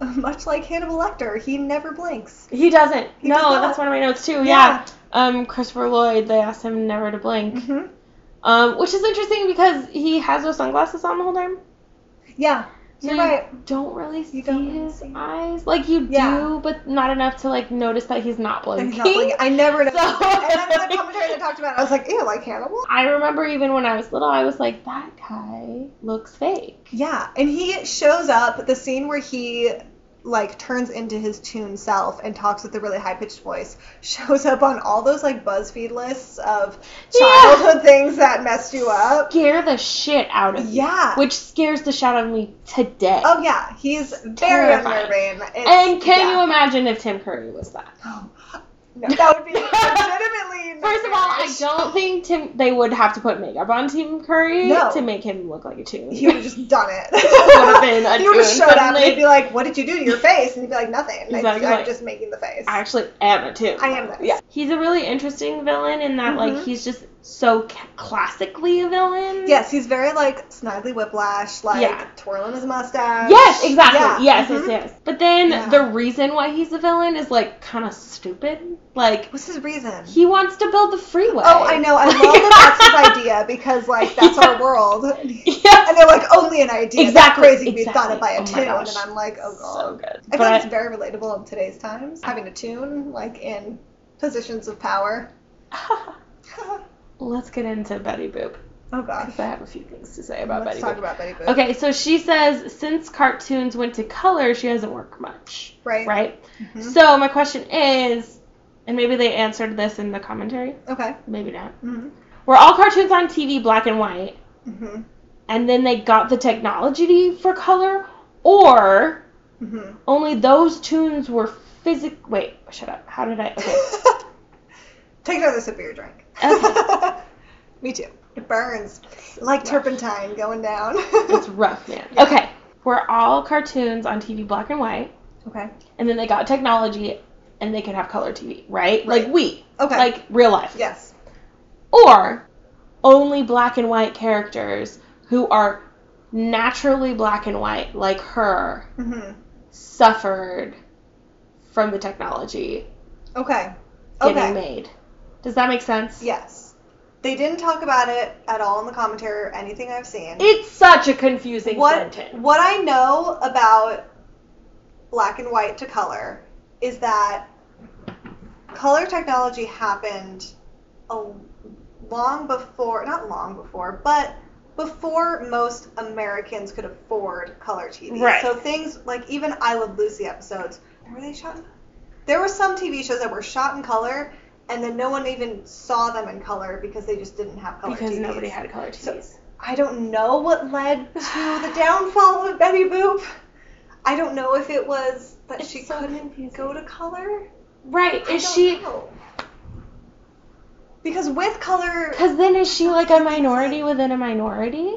(laughs) much like Hannibal Lecter, he never blinks. He doesn't. He no, does not. that's one of my notes too. Yeah. Yeah. Um, Christopher Lloyd, they asked him never to blink. hmm Um, which is interesting because he has those sunglasses on the whole time. Yeah. So You're you right. don't really see don't really his see. eyes. Like you Yeah. do, but not enough to like notice that he's not blinking. And he's not blinking. I never noticed. So- that. And then the commentary that talked about it, I was like, ew, like Hannibal? I remember even when I was little, I was like, that guy looks fake. Yeah, and he shows up the scene where he like turns into his tune self and talks with a really high pitched voice. (laughs) Shows up on all those like BuzzFeed lists of Yeah. childhood things that messed you up. Scare the shit out of you. Yeah. Which scares the shit out of me today. Oh yeah, he's very terrifying. unnerving. It's- and can yeah. Oh, you imagine if Tim Curry was that? No, (laughs) that would be legitimately. First of all, I don't think Tim they would have to put makeup on Tim Curry No. to make him look like a tune. (laughs) He would have just done it. have (laughs) been a he would have tune showed up and suddenly. he'd be like, "What did you do to your face?" And he'd be like, "Nothing. He's I, like, am like- just making the face." I actually am a tune. I am that. Yeah. He's a really interesting villain in that, Mhm. like, he's just so ca- classically a villain. Yes, he's very like Snidely Whiplash, like Yeah. twirling his mustache. Yes, exactly. Yeah. Yes, yes, Mhm. yes. But then Yeah. the reason why he's a villain is, like, kind of stupid. Like, What's his reason? he wants to build the freeway. oh, I know. I love Like- that that's his idea because like (laughs) that's Yeah. our world, and yes. they're like only an idea. That's Exactly, crazy to be thought exactly. of by a Oh my tune, gosh. and I'm like, oh god. So good. I feel like But it's very relatable in today's times, having a tune like in positions of power. (laughs) (laughs) let's get into Betty Boop. oh gosh. Because I have a few things to say about Betty Let's talk Boop. about Betty Boop. Okay, so she says since cartoons went to color, she hasn't worked much. Right. Right? Mhm. So my question is, and maybe they answered this in the commentary, Okay. maybe not. Mm-hmm. Were all cartoons on TV black and white, hmm and then they got the technology for color, or hmm only those tunes were physic? Wait, shut up. How did I? Okay. (laughs) Take another sip of your drink. Okay. (laughs) Me too. It burns like turpentine going down. it's rough, man. Yeah. Okay. Were all cartoons on TV black and white, (laughs) okay. and then they got technology, and they could have color TV, right? Right. Like we, Okay. like real life. yes. or only black and white characters who are naturally black and white, like her, hmm suffered from the technology Okay. getting Okay. made. Does that make sense? Yes. They didn't talk about it at all in the commentary or anything I've seen. It's such a confusing what sentence. what I know about black and white to color is that color technology happened a long before, not long before, but before most Americans could afford color TV. Right. So things like even I Love Lucy episodes were they shot? There were some TV shows that were shot in color, and then no one even saw them in color because they just didn't have color. Because TVs. nobody had color TVs. So- I don't know what led to the downfall of Betty Boop. I don't know if it was that It's she so couldn't confusing. go to color. right. I Is don't she know. Because with color, Because then is she like a minority within a minority?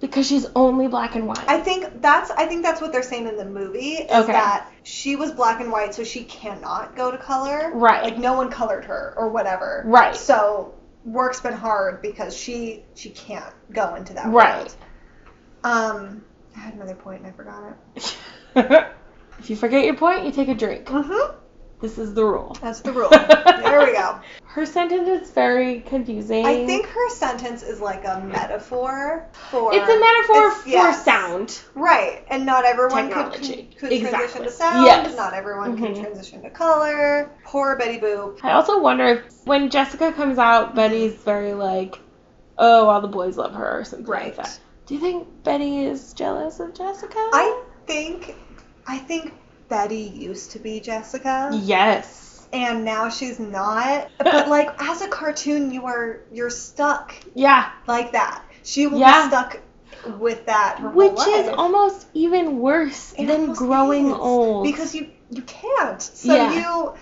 Because she's only black and white. I think that's I think that's what they're saying in the movie is Okay. that she was black and white, so she cannot go to color. Right. Like no one colored her or whatever. Right. So work's been hard because she she can't go into that right. world. Um, I had another point and I forgot it. (laughs) if you forget your point, you take a drink. Mm-hmm. This is the rule. That's the rule. there we go. Her sentence is very confusing. (laughs) I think her sentence is like a metaphor for. it's a metaphor it's- for yes. sound. Right, and not everyone could, Technology. could transition Exactly. to sound. Yes. Not everyone Mhm. can transition to color. Poor Betty Boop. I also wonder if when Jessica comes out, Betty's very like, oh, all the boys love her or something like Right. that. Do you think Betty is jealous of Jessica? I think, I think Betty used to be Jessica, Yes. and now she's not. (laughs) But like as a cartoon, you are you're stuck Yeah. like that. She will Yeah. be stuck with that. her whole Which is life. almost even worse It than almost growing is, old. because you you can't. So Yeah. you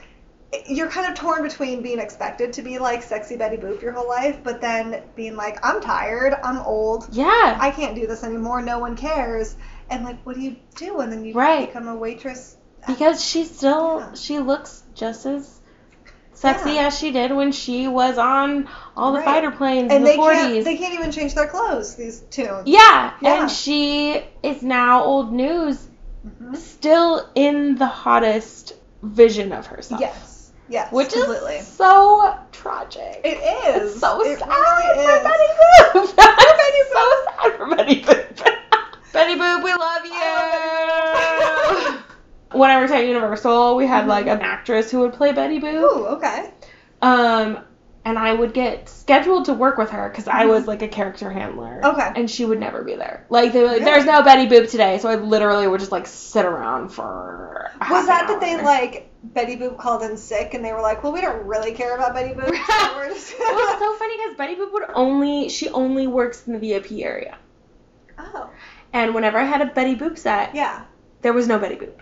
you're kind of torn between being expected to be like sexy Betty Boop your whole life, but then being like I'm tired, I'm old, yeah. I can't do this anymore, no one cares, and like what do you do? And then you Right. become a waitress. because she still Yeah. she looks just as sexy Yeah. as she did when she was on all the Right. fighter planes in And the they 40s. can't they can't even change their clothes. These tunes. yeah. Yeah. and she is now old news, Mhm. still in the hottest vision of herself. Yes. Yes. which completely. is so tragic. it is. It's (laughs) so It sad really for is. Betty (laughs) Boop. (laughs) It's so sad for Betty Boop. Betty Boop, we love you. I (laughs) when I worked at Universal, we had like an actress who would play Betty Boop. Ooh, okay. Um, and I would get scheduled to work with her because I was like a character handler. Mm-hmm. Okay. And she would never be there. Like, they were like, Really? there's no Betty Boop today. So I literally would just like sit around for. half Was that an (laughs) that they hour. like Betty Boop called in sick and they were like, well, we don't really care about Betty Boop. (laughs) so we're just It was so funny because Betty Boop would only she only works in the VIP area, (laughs) oh, and whenever I had a Betty Boop set, yeah. there was no Betty Boop.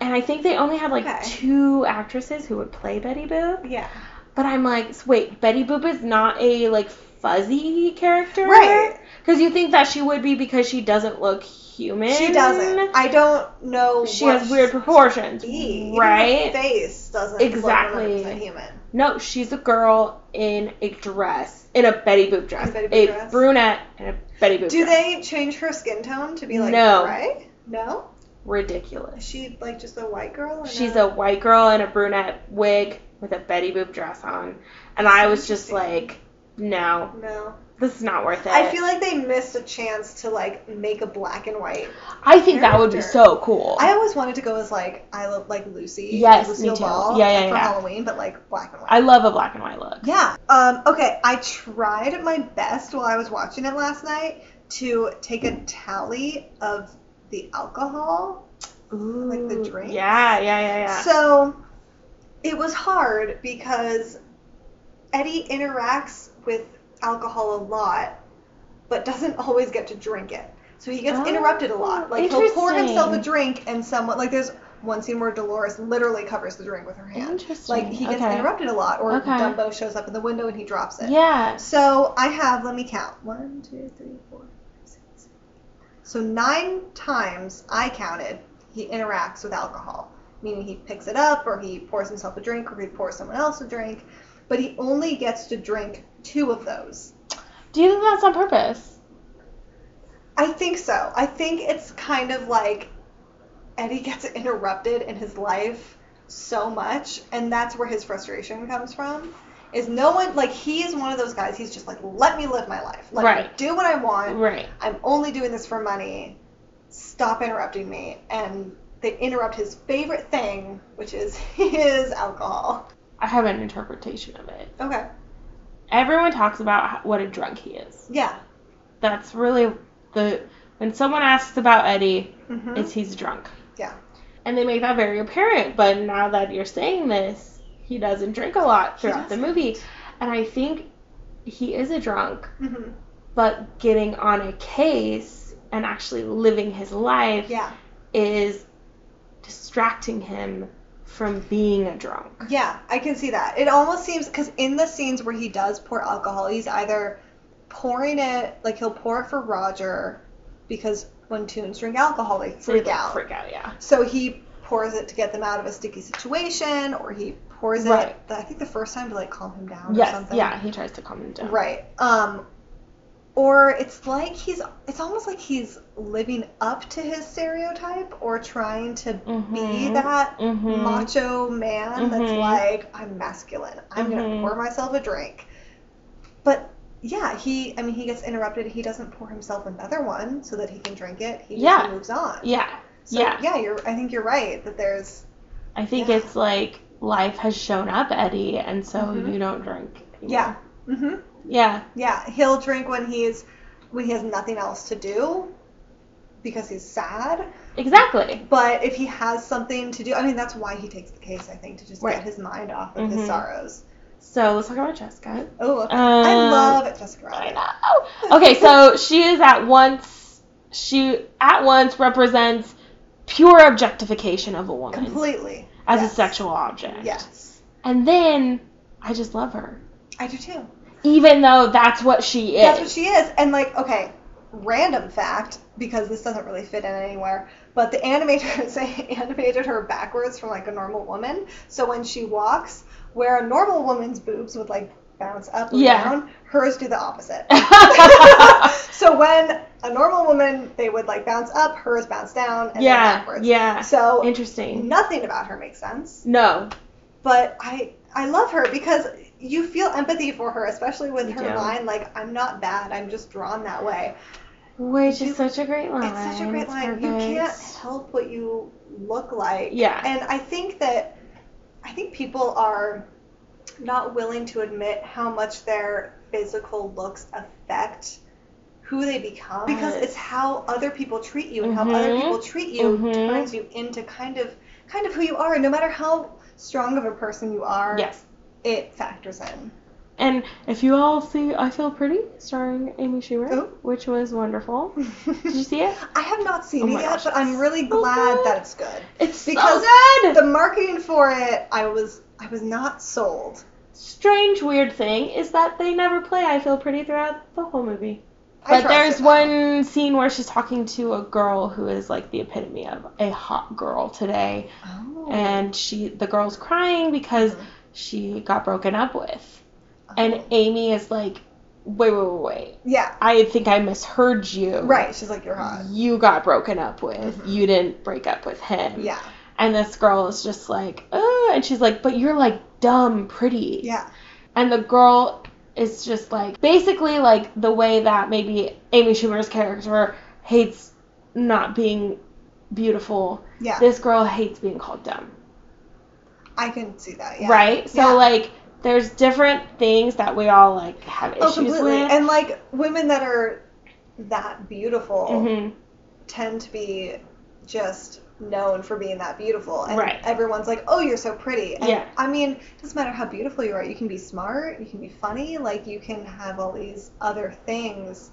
And I think they only had like Okay. two actresses who would play Betty Boop. Yeah. But I'm like, "S- wait, Betty Boop is not a like fuzzy character, Right. Because you think that she would be because she doesn't look human. She doesn't. I don't know. She what has weird she'd proportions, be. Even her right? face doesn't Exactly. look 100% human. No, she's a girl in a dress, in a Betty Boop dress, A Betty Boop a dress. brunette in a Betty Boop. Do dress. they change her skin tone to be like No. gray? No. ridiculous? Is she like just a white girl? or She's no? a white girl in a brunette wig with a Betty Boop dress on. And I was just Interesting. like, no, No. this is not worth it. I feel like they missed a chance to like make a black and white. I think that would be character. so cool. I always wanted to go as like I love like Lucy. Yes, Lucille me too. Ball, Yeah, yeah, like, for yeah. Halloween, but like black and white. I love a black and white look. Yeah. Um, okay, I tried my best while I was watching it last night to take a tally of the alcohol. Ooh, Like the drinks? Yeah, yeah, yeah, yeah. So it was hard because Eddie interacts with alcohol a lot, but doesn't always get to drink it. So he gets Oh, interrupted a lot. Like he'll pour himself a interesting. drink and someone like there's one scene where Dolores literally covers the drink with her hand. Interesting. Like he gets Okay. interrupted a lot, or Okay. Dumbo shows up in the window and he drops it. Yeah. So I have, let me count. One, two, three, four, five, six, seven. So nine times I counted, he interacts with alcohol, meaning he picks it up or he pours himself a drink or he pours someone else a drink, but he only gets to drink two of those. Do you think that's on purpose? I think so. I think it's kind of like Eddie gets interrupted in his life so much, and that's where his frustration comes from. Is no one like he is one of those guys. He's just like, let me live my life, let me Right. do what I want. Right. I'm only doing this for money. Stop interrupting me. And they interrupt his favorite thing, which is (laughs) his alcohol. I have an interpretation of it. Okay. Everyone talks about how- what a drunk he is. Yeah. That's really the. When someone asks about Eddie, Mm-hmm. is he's drunk. Yeah. And they make that very apparent, but now that you're saying this, he doesn't drink a lot He throughout the movie. And I think he is a drunk, hmm but getting on a case and actually living his life Yeah. is distracting him from being a drunk. Yeah, I can see that. It almost seems because in the scenes where he does pour alcohol, he's either pouring it like he'll pour it for Roger because when tunes drink alcohol, they freak They, like, out. Freak out, yeah. So he pours it to get them out of a sticky situation, or he pours it. Right. I think the first time to like calm him down. or Yes, something. yeah, he tries to calm him down. Right. Um, or it's like he's. It's almost like he's living up to his stereotype, or trying to be Mhm. that Mhm. macho man that's Mhm. like, I'm masculine. I'm gonna Mhm. pour myself a drink. But yeah, he. I mean, he gets interrupted. He doesn't pour himself another one so that he can drink it. He Yeah. just moves on. Yeah, So, yeah. Yeah, you're. I think you're right that there's I think Yeah. it's like life has shown up, Eddie, and so Mhm. you don't drink. anymore. Yeah. hmm Yeah. Yeah. He'll drink when he's when he has nothing else to do because he's sad. Exactly. But if he has something to do, I mean, that's why he takes the case, I think, to just Right. get his mind off of his Mhm. sorrows. So let's talk about Jessica. Oh, okay. I Um, love Jessica I Rabbit. know. Okay, so she is at once she at once represents pure objectification of a woman Completely. as Yes. a sexual object. Yes. And then I just love her. I do too. Even though that's what she is. That's what she is. And like, okay, random fact because this doesn't really fit in anywhere. But the (laughs) animators animated her backwards from like a normal woman. So when she walks, where a normal woman's boobs would like bounce up or Yeah. down, hers do the opposite. (laughs) (laughs) so when a normal woman, they would like bounce up, hers bounce down, and then yeah. backwards. Yeah. So Interesting. nothing about her makes sense No. but I I love her because you feel empathy for her, especially with You her do. line like "I'm not bad, I'm just drawn that way." Which You- is such a great line. It's such a great It's line. You perfect. can't help what you look like. Yeah. and I think that I think people are not willing to admit how much their physical looks affect who they become because Yes. it's how other people treat you and how Mhm. other people treat you Mhm. turns you into kind of kind of who you are no matter how strong of a person you are Yes. it (laughs) factors in. (laughs) And if you all see I Feel Pretty, starring Amy Schumer, Oh. which was wonderful. Did you see it? I have not seen Oh it my yet, gosh, Oh, but I'm really so glad good. that it's good. It's Because so good. The marketing for it, I was I was not sold. strange, weird thing is that they never play I Feel Pretty throughout the whole movie. I But trust there's it, though. one scene where she's talking to a girl who is like the epitome of a hot girl today, Oh. and she the girl's crying because Mhm. she got broken up with, Oh. and Amy is like, wait, wait, wait, wait, yeah, I think I misheard you. right. She's like, you're hot. You got broken up with. Mhm. You didn't break up with him. Yeah, And this girl is just like, uh, and she's like, but you're like dumb pretty. yeah, And the girl is just like, basically, like the way that maybe Amy Schumer's character hates not being beautiful, yeah. this girl hates being called dumb. I can see that. Yeah. Right? So, Yeah. like, there's different things that we all like have issues Oh, completely. with. And like women that are that beautiful Mhm. tend to be just known for being that beautiful and Right. everyone's like oh you're so pretty and Yeah. i mean it doesn't matter how beautiful you are you can be smart you can be funny like you can have all these other things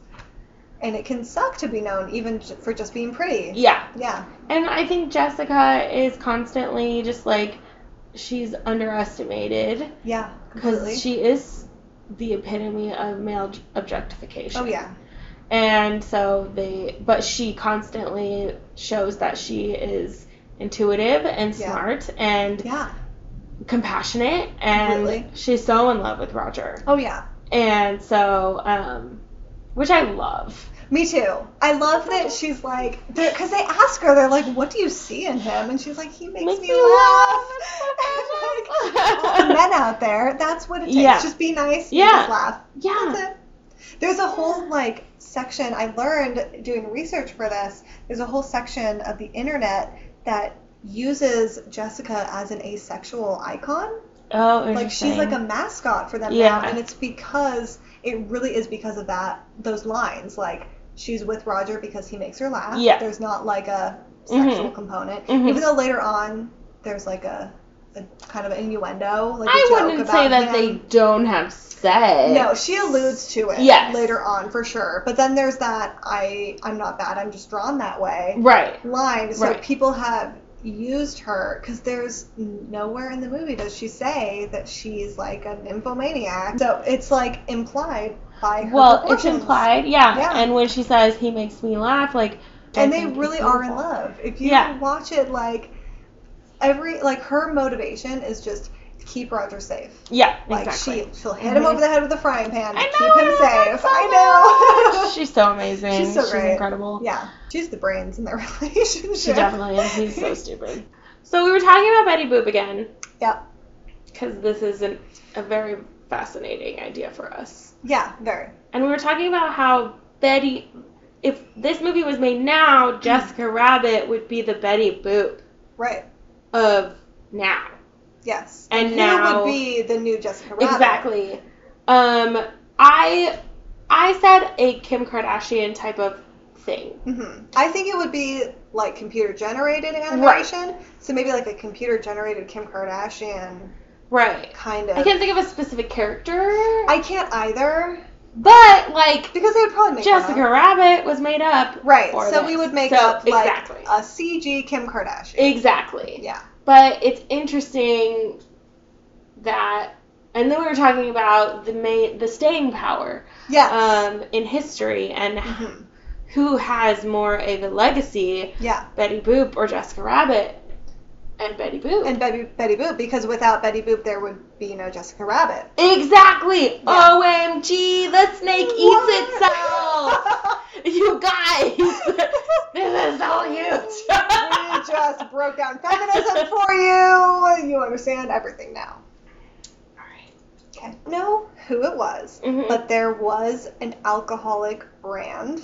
and it can suck to be known even j- for just being pretty Yeah. yeah And I think Jessica is constantly just like, she's underestimated. yeah completely because she is the epitome of male objectification. (laughs) oh yeah And so they, but she constantly shows that she is intuitive and Yeah. smart and yeah compassionate, and Completely. she's so in love with Roger. oh yeah And so, um, which I love. me too i love that she's like because they ask her they're like what do you see in him and she's like he makes, Makes me me laugh, laugh. (laughs) And, like, all the men out there that's what it takes Yeah. just be nice Yeah. and just laugh Yeah. That's it. There's a whole like section I learned doing research for this. There's a whole section of the internet that uses Jessica as an asexual icon. Oh, Like she's interesting. like a mascot for them Yeah. now, and it's because it really is because of that those lines. Like she's with Roger because he makes her laugh. Yeah. There's not like a sexual Mhm. component, Mhm. even though later on there's like a, a kind of an innuendo. Like a I joke wouldn't about say that him. they don't have sex. No, she alludes to it Yes. later on for sure. But then there's that I I'm not bad, I'm just drawn that way Right. line. So Right. people have used her because there's nowhere in the movie does she say that she's like a nymphomaniac. So it's like implied by her. Well, it's proportions. implied, yeah. Yeah. And when she says he makes me laugh, like I and they think he's really are in beautiful. love. If you Yeah. watch it, like every like her motivation is just keep Roger safe. Yeah, Like exactly. (laughs) Mm-hmm. she she'll hit him over the head with a frying pan to I keep know, I him love her safe. so I know. she's so amazing. She's so great. incredible. (laughs) yeah, she's the brains in their (laughs) relationship. She definitely is. He's so stupid. (laughs) So we were talking about Betty Boop again (laughs) yeah, because this is an, a very fascinating idea for us. yeah, very. And we were talking about how Betty, if this movie was made (clears throat) now, Jessica Rabbit would be the Betty Boop Right. of now. Yes. And who now- would be the new Jessica Rabbit? Exactly. Um, I I said a Kim Kardashian type of thing. hmm I think it would be like computer generated Right. animation. So maybe like a computer generated Kim Kardashian Right. kind of. I can't think of a specific character. I can't either but like because they would probably make one Jessica up. Rabbit was made up. Right. for So this. we would make So, up like exactly. a CG Kim Kardashian. Exactly. yeah. But it's interesting that and then we were talking about the main the staying power Yes. um, in history and Mhm. who has more of a legacy, Yeah. Betty Boop or Jessica Rabbit? And Betty Boop. And Betty, Betty Boop because without Betty Boop there would be no Jessica Rabbit. Exactly. Yeah. OMG, the snake What? eats itself. (laughs) (laughs) you guys, (laughs) this is so (laughs) we huge. just broke down feminism for you. You understand everything now. Okay. Know who it was, Mhm. but there was an alcoholic brand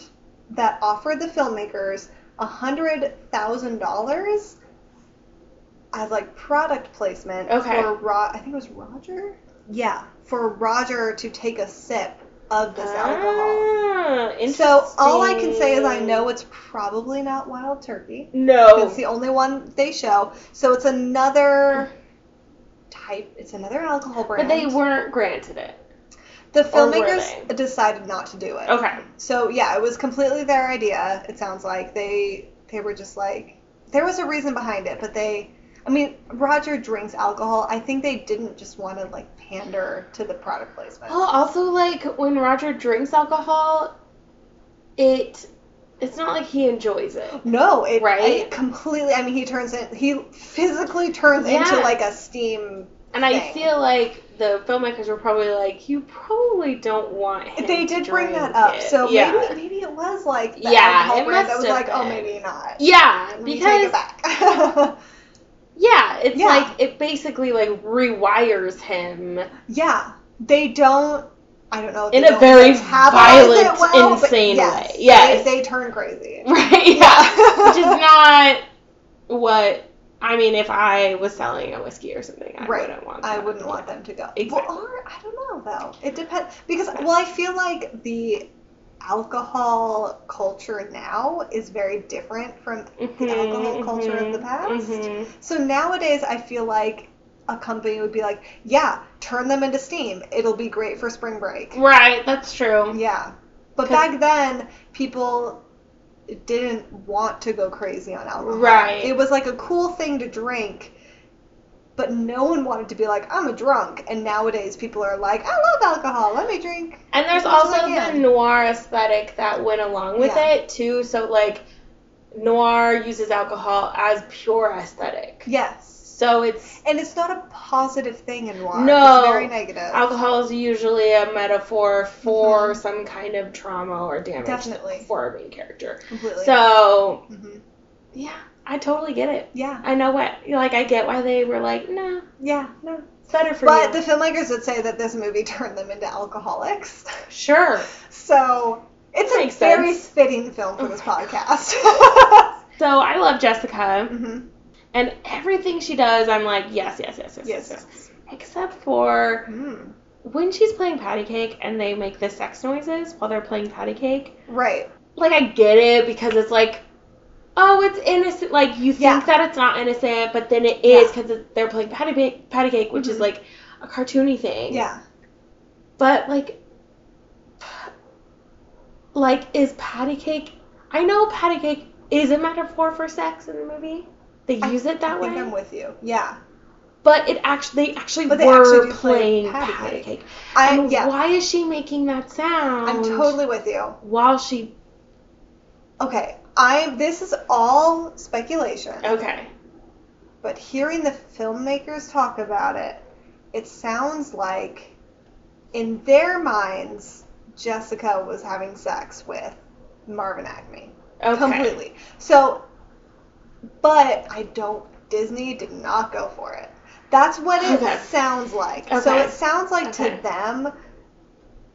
that offered the filmmakers hundred thousand dollars as like product placement Okay. for Ro- I think it was Roger. Yeah, for Roger to take a sip of this alcohol. Ah, So all I can say is I interesting. know it's probably not wild turkey. No. It's the only one they show. So it's another type. It's another alcohol But brand. they weren't granted it. The Or were filmmakers decided not to do it. Okay. So yeah, it was completely their idea. It sounds like they they were just like there was a reason behind it, but they I mean, Roger drinks alcohol. I think they didn't just want to like pander to the product (gasps) placement. Well, also like when Roger drinks alcohol, it it's not like he enjoys it. No, it, Right? it completely. I mean, he turns in. He physically turns Yeah. into like a steam. And I thing. feel like the filmmakers were probably like, you probably don't want him. They to did bring that drink up, it." so yeah. maybe maybe it was like the Yeah, alcohol it brand that must was have like, oh, been. maybe not. Yeah, Let me take because it back. (laughs) yeah, it's Yeah. like it basically like rewires him (laughs) yeah, they don't. I don't know. if In they a don't very metabolize violent, it well, but insane yes, way. Yes. they, they turn crazy. right? Yeah, which is not what I mean. If I was selling a whiskey or something, I Right. wouldn't want. That. I wouldn't want them to go. Exactly. Well, or I don't know though. It depends because well, I feel like the alcohol culture now is very different from Mhm, the alcohol culture mhm, of the past. mhm. So nowadays, I feel like a company would be like, yeah, turn them into steam. It'll be great for spring break. Right, that's true. Yeah. But 'Cause- back then, people didn't want to go crazy on alcohol. Right. It was like a cool thing to drink, but no one wanted to be like, I'm a drunk. And nowadays, people are like, I love alcohol. Let me drink. And there's Which is also again- the noir aesthetic that went along with Yeah. it too. So like, noir uses alcohol as pure aesthetic. Yes. So it's And it's not a positive thing in noir. No. It's very negative. alcohol is usually a metaphor for Mhm. some kind of trauma or damage Definitely. for a main character. Completely. So Mhm. yeah, I totally get it. Yeah. I know what like I get why they were like, nah, Yeah. No. it's better for But you. the filmmakers would say that this movie (laughs) turned them into alcoholics. (laughs) sure. So it's Makes a very sense. fitting film for Oh this my podcast. (laughs) So I love Jessica Mhm. and everything she does, I'm like, yes, yes, yes, yes, yes, Yes. yes. Except for Mm. when she's playing patty cake and they make the sex noises while they're playing patty cake. Right. like I get it because it's like, oh, it's innocent. Like you think Yeah. that it's not innocent, but then it is Yeah. because they're playing patty cake, patty cake, which is Mhm. like a cartoony thing. Yeah. But like, like is patty cake? I know patty cake is a metaphor for sex in the movie, They use it that I way. think I'm with you. Yeah. But it actually they actually But they were actually do play playing patty patty, cake. cake. I And yeah. why is she making that sound? I'm totally with you. while she Okay. I this is all speculation. okay. But hearing the filmmakers talk about it, it sounds like in their minds Jessica was having sex with Marvin Acme. Okay. Completely. So but I don't Disney did not go for it. That's what it Okay. sounds like. So Okay. it sounds like Okay. to them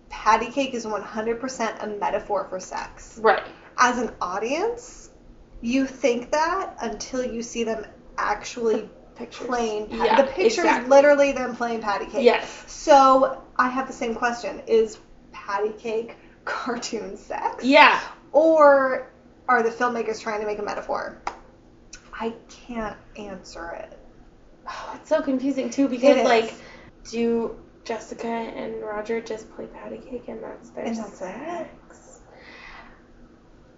patty cake is 100% a metaphor for sex Right. as an audience, you think that until you see them actually Pictures. playing. Pa- Yeah, the picture exactly. is literally them playing patty cake. Yes. So I have the same question: Is patty cake (laughs) cartoon sex, Yeah. or are the filmmakers trying to make a metaphor? I can't answer it. Oh, it's so confusing too because It is. like do Jessica and Roger just play patty cake and that's their And that's it. sex?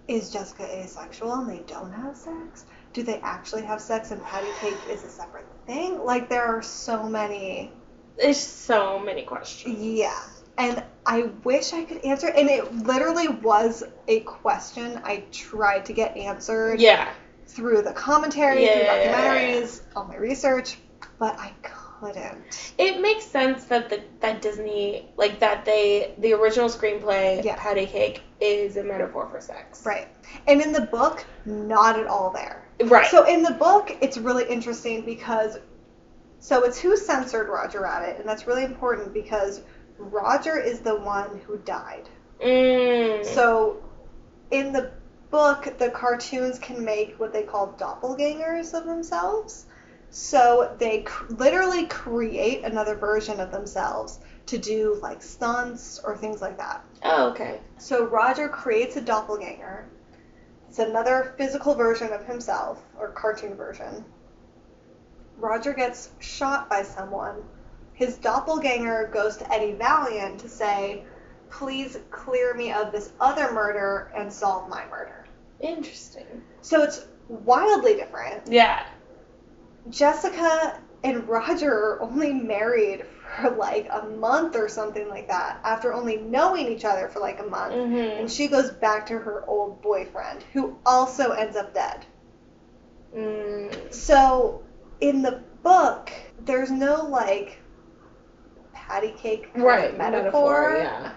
Is Jessica asexual and they don't have sex? Do they actually have sex and patty cake is a separate thing? Like there are so many There's so many questions. Yeah. And I wish I could answer. And it literally was a question I tried to get answered Yeah. through the commentary, through Yeah, yeah, yeah, yeah, yeah. documentaries, all my research, but I couldn't. It makes sense that the, that Disney like that they the original screenplay Yeah. patty cake is a metaphor for sex. Right. And in the book, not at all there. Right. So in the book, it's really interesting because so it's who censored Roger Rabbit, and that's really important because Roger is the one who died. mm. So, in the book, the cartoons can make what they call doppelgangers of themselves. So they cr- literally create another version of themselves to do like stunts or things like that. oh, okay. So Roger creates a doppelganger. It's another physical version of himself or cartoon version. Roger gets shot by someone. His doppelganger goes to Eddie Valiant to say, "Please clear me of this other murder and solve my murder." Interesting. So it's wildly different. Yeah. Jessica and Roger are only married for like a month or something like that after only knowing each other for like a month. Mm-hmm. And she goes back to her old boyfriend, who also ends up dead. Mm. So in the book, there's no like patty cake kind of Right. metaphor. Yeah.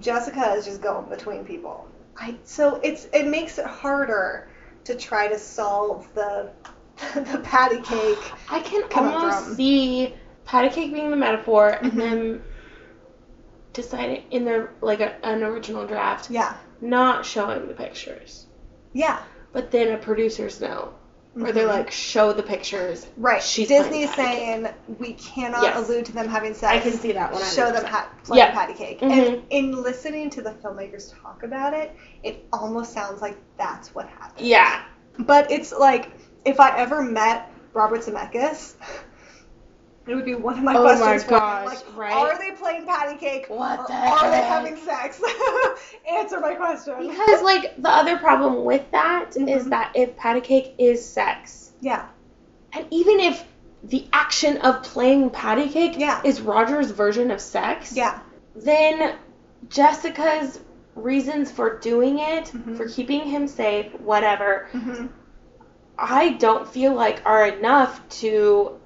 Jessica is just going between people. I so it's it makes it harder to try to solve the (laughs) the patty cake. I can coming almost from. see patty cake being the metaphor Mhm. and then deciding in their like a, an original draft Yeah. not showing the pictures Yeah. but then a producer's note where they're Mhm. like show the pictures Right. she's Disney is playing patty cake. saying we cannot Yes. allude to them having sex. i can see that one show them 100%. ha- playing Yeah. patty cake. And Mhm. in listening to the filmmakers talk about it, it almost sounds like that's what happened. yeah But it's like if I ever met Robert Zemeckis, it would be one of my Oh my questions for him. gosh, Like, right? Are they playing patty cake? What or the Are they heck? having sex? (laughs) Answer my question. because like the other problem with that is Mhm. that if patty cake is sex yeah, and even if the action of playing patty cake Yeah. is roger's version of sex yeah, then Jessica's reasons for doing it, Mhm. for keeping him safe, whatever, hmm I don't feel like are enough to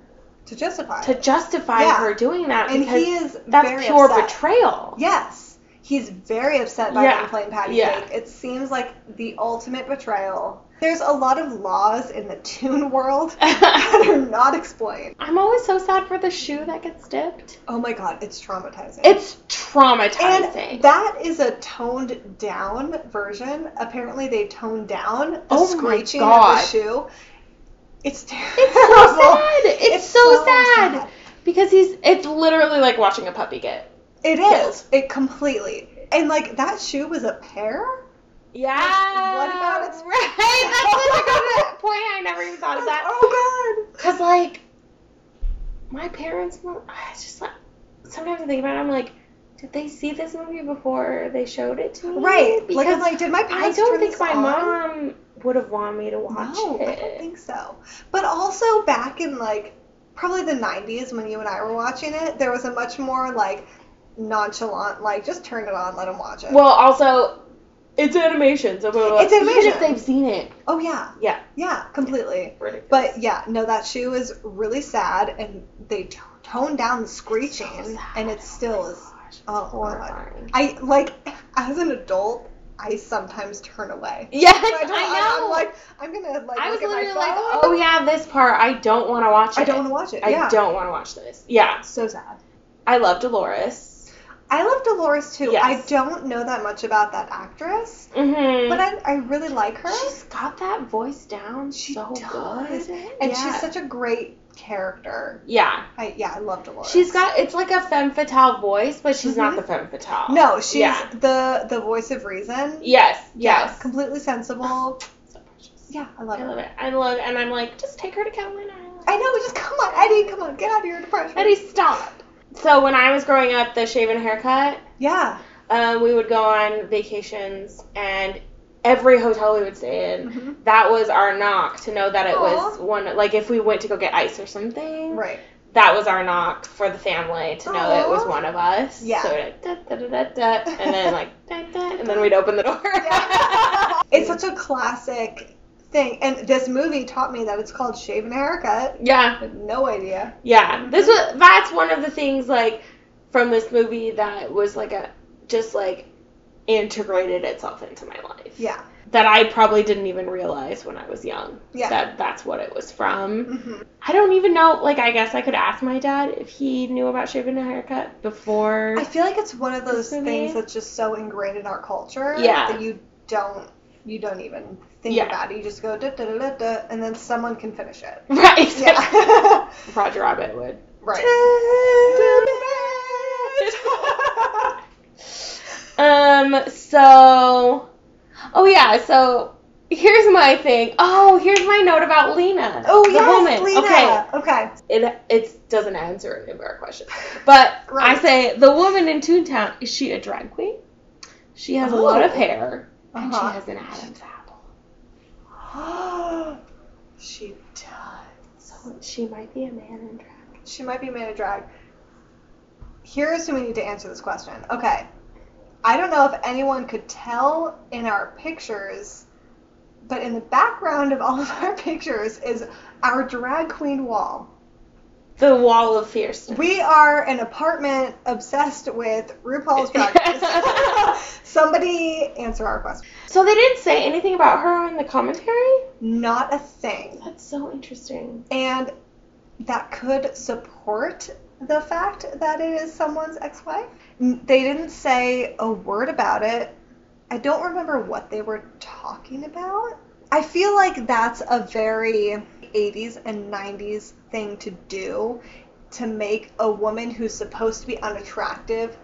to justify. to it. justify Yeah. her doing that and because he is that's very pure upset. betrayal. Yes. He's very upset by Yeah. them playing patty Yeah. cake. It seems like the ultimate betrayal. There's a lot of laws in the (laughs) tune world that are not explained. (laughs) I'm always so sad for the shoe that gets dipped. Oh my god, it's traumatizing. It's traumatizing. and that is a toned down version. Apparently, they toned down the Oh my screeching of God. the shoe. It's (laughs) terrible. it's so sad. It's, so, sad. sad. because he's it's literally like watching a puppy get. It Yeah. is. It completely. And like that shoe was a pair? Yeah. What about its- (laughs) right? That's such a good point. I never even thought of that. Oh (laughs) god. Cause like my parents, won't- I just like sometimes I think about it. I'm like, did they see this movie before they showed it to me? Right. Because like, I'm like, did my I parents don't turn think this my on? mom would have wanted me to watch No, it. I don't think so. But also back in like probably the 90s when you and I were watching it, there was a much more like nonchalant like just turn it on, let him watch it. Well, also, it's animation. So blah, blah, blah. It's animation. Even if they've seen it, oh yeah, yeah. yeah, completely. Ridiculous. But yeah, no, that shoe is really sad, and they t- toned down the screeching, and it still is. Oh, God. horrifying. I like as an adult, I sometimes turn away. Yeah, I, I, don't- I'm like, I'm gonna like. I was look at my literally like, phone. oh yeah, this part I don't want to watch. It. I don't want to watch it. I yeah. don't want to watch this. Yeah, So sad. I love Dolores. I love Dolores too. Yes. I don't know that much about that actress, Mm-hmm. but I, I really like her. she's got that voice down She so does. good, and yeah. she's such a great character. yeah. I yeah, I love Dolores. She's got it's like a femme fatale voice, but she's not Mhm. the femme fatale. no, she's Yeah. the the voice of reason. Yes. Yes. completely sensible. So precious. Yeah, I love I her. love it. I love, and I'm like, just take her to Catalina. Island. I know. Just come on, Eddie. Come on, get out of your depression. Eddie, stop. So when I was growing up, the shave and haircut, Yeah. um, we would go on vacations, and every hotel we would stay in, Mhm. that was our knock to know that it was Aw. one. Like if we went to go get ice or something, Right. that was our knock for the family to know it was Aw. one of us. Yeah. So we'd like, da, da, da, da, da, and then like da, da, and then we'd open the door. Yeah. It's such a classic thing, and this movie taught me that it's called Shave and Haircut. (laughs) yeah. I had no idea. Yeah, this was that's one of the things like from this movie that was like a just like integrated itself into my life. Yeah. That I probably didn't even realize when I was young. Yeah. That that's what it was from. hmm I don't even know like I guess I could ask my dad if he knew about shaving a haircut before I feel like it's one of those This movie? things that's just so ingrained in our culture Yeah. that you don't you don't even think Yeah. about it. You just go da da da da, da and then someone can finish (laughs) it. (laughs) Right. Yeah. (laughs) Roger Rabbit would. (laughs) right. um, so oh yeah, so here's my thing. Oh, here's my note about Lena. Oh the yes, woman. Lena. Okay. Okay. It it doesn't answer any of our questions. But Right. I say the woman in Toontown, is she a drag queen? She has a lot of Oh. hair. And she Uh-huh. has an Adam's apple. (gasps) she does. So she might be a man in drag. She might be made of drag. Here's who we need to answer this question. Okay. I don't know if anyone could tell in our pictures, but in the background of all of our (laughs) pictures is our drag queen wall. The wall of fierceness. We are an apartment obsessed with (laughs) RuPaul's drag race. Somebody answer our question. So they didn't say anything about her in the commentary? Not a thing. That's so interesting. And that could support the fact that it is someone's ex wife. They didn't say a word about it. I don't remember what they were talking about. I feel like that's a very 80s and 90s thing to do to make a woman who's supposed to be unattractive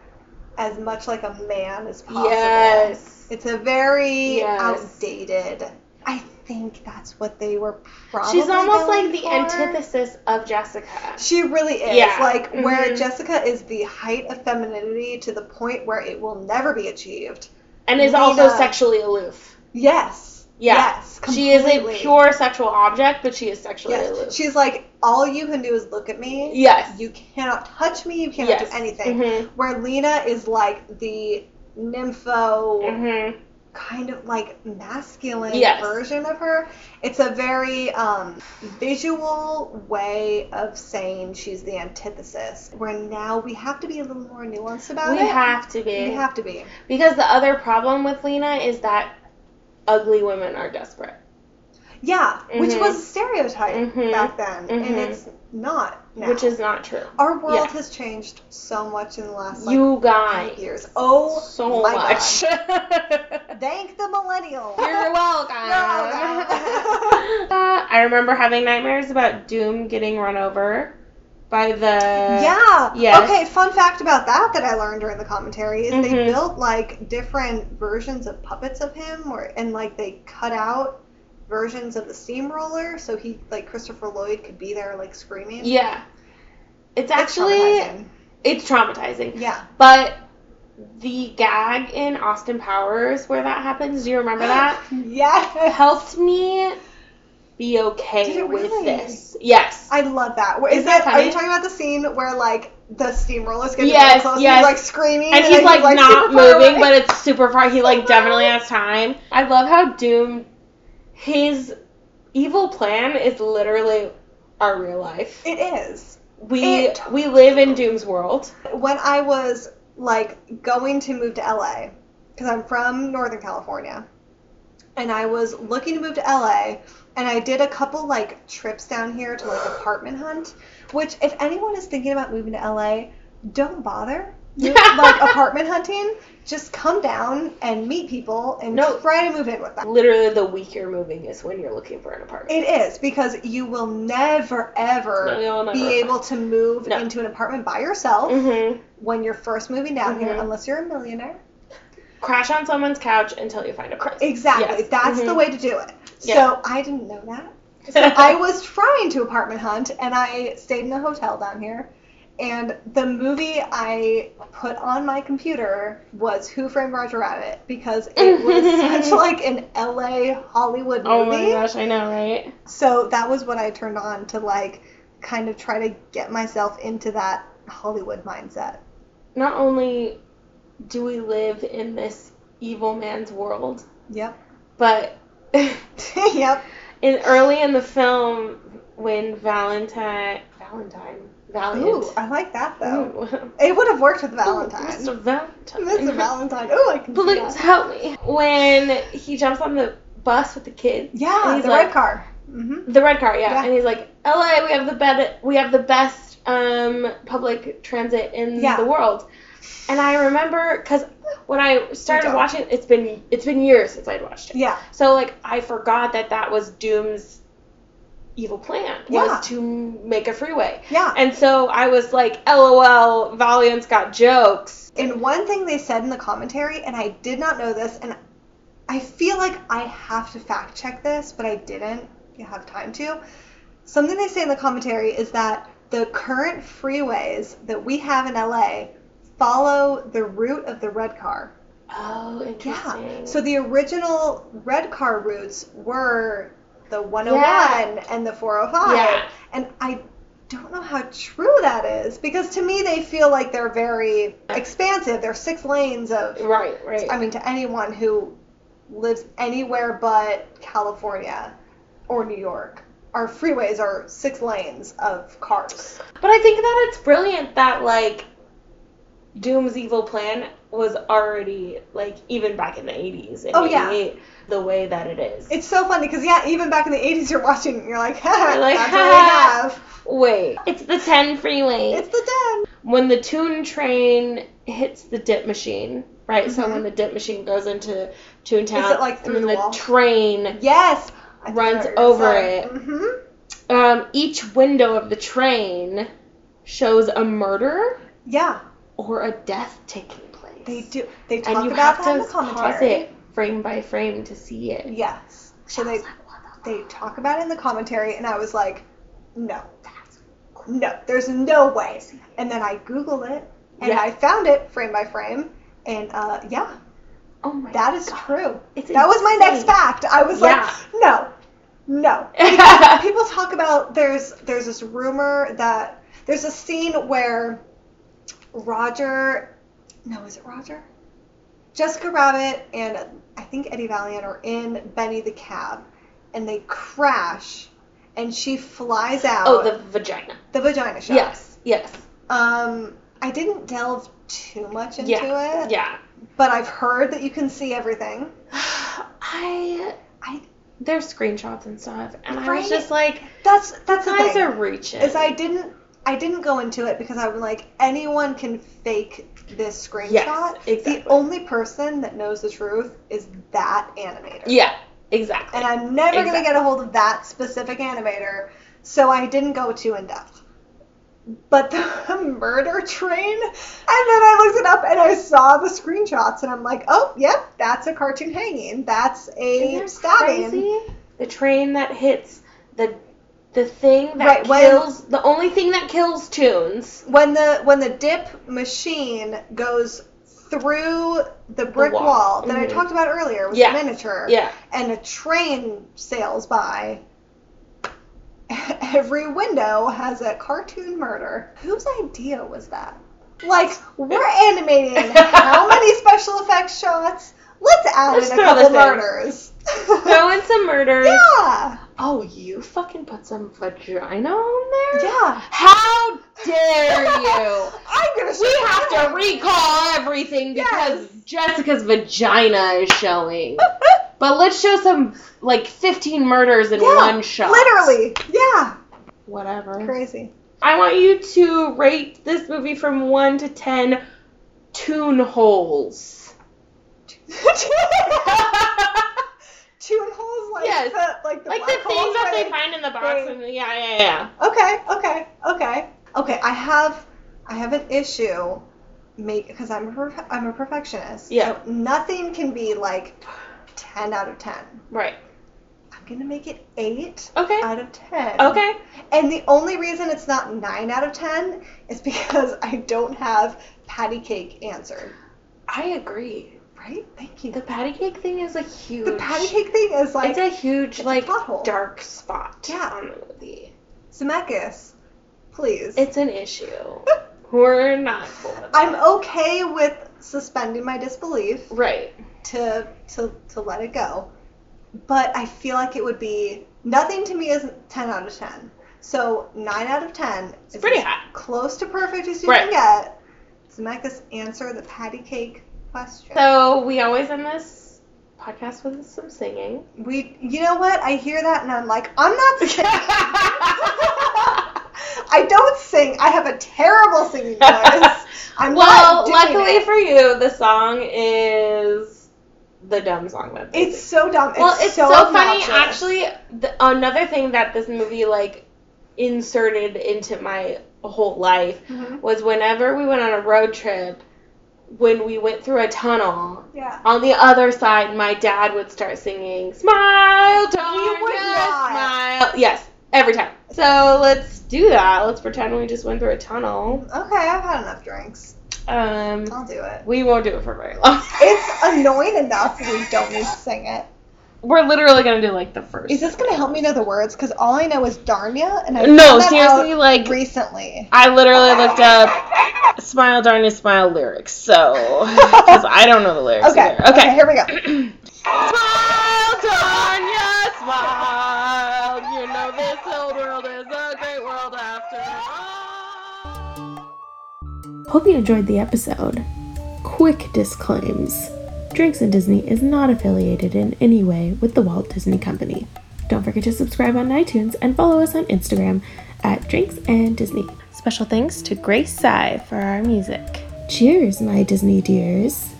as much like a man as possible. Yes. It's a very Yes. outdated. I think that's what they were probably. She's almost going like the for. antithesis of Jessica. She really is. Yeah. Like where Mhm. Jessica is the height of femininity to the point where it will never be achieved. And is also Lena. sexually aloof. Yes. Yeah. Yes. she is a completely. pure sexual object, but she is sexually aloof. Yes. She's like all you can do is look at me. yes. You cannot touch me. You cannot Yes. do anything. Mhm. Where Lena is like the nympho Mhm. kind of like masculine Yes. version of her. It's a very um, visual way of saying she's the antithesis. Where now we have to be a little more nuanced about We it. have to be. we have to be. because the other problem with Lena is that ugly women are desperate. Yeah, which Mhm. was a stereotype Mhm. back then, and Mhm. it's not now. Which is not true. our world yeah. has changed so much in the last like you five guys. years. Oh So my much. (laughs) God. Thank the millennials. You're (laughs) welcome. welcome. (laughs) Uh, I remember having nightmares about Doom getting run over by the. Yeah. Yes. Okay, fun fact about that that I learned during the commentary is they Mhm. built like different versions of puppets of him or and like they cut out versions of the steamroller so he like Christopher Lloyd could be there like screaming. Yeah. It's It's actually traumatizing. it's traumatizing. Yeah. But the gag in Austin Powers where that happens, do you remember (gasps) that? Yes. (laughs) Helped me be Did okay it with really? this. Yes. I love that. Where- Is, Isn't that that, are funny? you talking about the scene where like the steamroller's getting really Yes, close and yes. he's like screaming and he's then like, not super far moving, away? but it's super far. He like definitely has time. I love how Doom, his evil plan is literally our real life. it is. We it- we live in Doom's (laughs) world. when I was like going to move to LA, because I'm from Northern California, and I was looking to move to LA, and I did a couple like trips down here to like apartment hunt, which if anyone is thinking about moving to LA, (laughs) don't bother. like apartment hunting, just come down and meet people and No. try to move in with them. Literally, the week you're moving is when you're looking for an apartment. It is because you will never ever No, you'll never be able to move No. into an apartment by yourself Mm-hmm. when you're first moving down here, Mhm. unless you're a millionaire. Crash on someone's couch until you find a place. (laughs) Exactly. Yes. That's the Mhm. way to do it. Yeah. So I didn't know that. So I was trying to apartment hunt and I stayed in a hotel down here. And the movie I put on my computer was Who Framed Roger Rabbit because (laughs) it was such like an LA Hollywood movie. Oh my gosh, I know, right? So that was what I turned on to like kind of try to get myself into that Hollywood mindset. Not only do we live in this evil man's world, Yep. (laughs) but (laughs) yep. in early in the film when Valentine Valentine Valiant Ooh, I like that though. Ooh. It would have worked with Valentine. Mr. Valentine Mr. Valentine. Oh, I can see Please that. help me when he jumps on the bus with the kids and Yeah, he's the like, red car. hmm the red car yeah. Yeah. and he's like LA we have the bed we have the best um public transit in Yeah. the world and I remember because when I started don't. watching it's been it's been years since I'd watched it Yeah. So like I forgot that that was Doom's evil plan Yeah. was to make a freeway. Yeah. And so I was like, LOL, Valiant's got jokes. And one thing they said in the commentary, and I did not know this, and I feel like I have to fact check this, but I didn't have time to. Something they say in the commentary is that the current freeways that we have in LA follow the route of the red car. Oh, interesting. Yeah. So the original red car routes were the 101 and the 405. Yeah. And I don't know how true that is because to me they feel like they're very expansive. They're six lanes of right, right. I mean to anyone who lives anywhere but California or New York. Our freeways are six lanes of cars. but I think that it's brilliant that like Doom's evil plan was already like even back in the 80s and Oh, yeah. 88 the way that it is. It's so funny because yeah, even back in the 80s, you're watching, and you're like, (laughs) You're like, that's what (laughs) we have. Wait, it's the 10 freeway. It's the den. when the tune train hits the dip machine, right? So Mhm. when the dip machine goes into Toontown, Is it, like, through and the then wall? train, Yes. Runs over it. hmm um, each window of the train shows a murder Yeah, or a death taking place, they do. They talk and you about have that in to the pause commentary. it frame by frame to see it. Yes. So they they talk about it in the commentary, and I was like, no, no, there's no way. And then I Google it, and Yeah. I found it frame by frame, and uh, yeah, Oh my! that is true. It's that was my next insane. fact. I was Yeah. like, no, no. (laughs) God. people talk about there's there's this rumor that there's a scene where Roger no is it Roger Jessica Rabbit and I think Eddie Valiant are in Benny the Cab and they crash and she flies out oh, the vagina. the vagina shot Yes, yes, um I didn't delve too much into yeah, it yeah. but I've heard that you can see everything I, I, there's screenshots and stuff, and I Right? was just like, that's that's the guys thing. are reaching. is I didn't I didn't go into it because I'm like anyone can fake this screenshot. exactly. The only person that knows the truth is that animator. Yeah, exactly. And I'm never gonna Exactly. get a hold of that specific animator, so I didn't go too in depth. But the (laughs) murder train, and then I looked it up and I saw the screenshots and I'm like, oh, yep, that's a cartoon hanging. That's a Isn't that stabbing. crazy? The train that hits the the thing that Right, when- kills the only thing that kills tunes. when the when the dip machine goes through the brick wall. wall. that I Mhm. talked about earlier with Yeah. the miniature. Yeah. And a train sails by. (laughs) Every window has a cartoon murder. Whose idea was that? Like, (laughs) we're animating how many special effects shots? Let's add Let's in a throw this couple in. murders. Throw in some murders. (laughs) yeah. Oh, you fucking put some vagina on there? Yeah. How dare you? (laughs) I'm gonna show We you have how. to recall everything because Yes. Jessica's vagina is showing. (laughs) But let's show some like 15 murders in Yeah, one shot. Literally. Yeah. Whatever. Crazy. (laughs) I want you to rate this movie from 1 to 10 tune (laughs) holes. Tune holes like Yes. the like the like the black things holes that where they find in the box. they- And, yeah, yeah, yeah. Okay, okay, okay, okay. I have, I have an issue, make because I'm a perf- I'm a perfectionist. Yeah. So nothing can be like ten out of ten. Right. I'm gonna make it eight Okay. out of ten. Okay. And the only reason it's not nine out of ten is because (laughs) I don't have patty cake answered. I agree. Right? Thank you. The patty cake thing is a huge. The patty cake thing is like it's a huge it's a like pothole. dark spot Yeah. on the movie. Zemeckis. Please. It's an (laughs) issue. We're not cool with I'm that. okay with suspending my disbelief. right. to to to let it go. But I feel like it would be nothing to me is ten out of ten. So nine out of ten is pretty as high. close to perfect as you Right. can get. Zemeckis answer the patty cake question. So we always end this podcast with some (laughs) singing. we, you know what? I hear that and I'm like, I'm not. Sing- (laughs) I don't sing. I have a terrible (laughs) singing voice. I'm well, not doing luckily it. for you, the song is the dumb song that they it's so dumb. It's well, it's so, so, funny. obnoxious. Actually, the, another thing that this movie like inserted into my whole life Mhm. was whenever we went on a road trip, when we went through a tunnel. Yeah. On the other side, my dad would start singing "Smile, darkness, not. smile." Yes, every time. So let's do that. Let's pretend we just went through a tunnel. Okay, I've had enough drinks. Um, I'll do it. we won't do it for very long. (laughs) It's annoying enough we don't need to sing it. We're literally gonna do like the first. Is this gonna help me know the words? Because all I know is Darnia, and I No, found that seriously, out like recently. I literally looked up "Smile, Darkness, Smile" lyrics, so (laughs) because I don't know the lyrics Okay, either. Okay. here we go. Smile, Tanya, smile. You know this old world is a great world after all. Hope you enjoyed the episode. Quick disclaims Drinks and Disney is not affiliated in any way with the Walt Disney Company. Don't forget to subscribe on iTunes and follow us on Instagram at Drinks and Disney. Special thanks to Grace Sai for our music. Cheers, my Disney dears.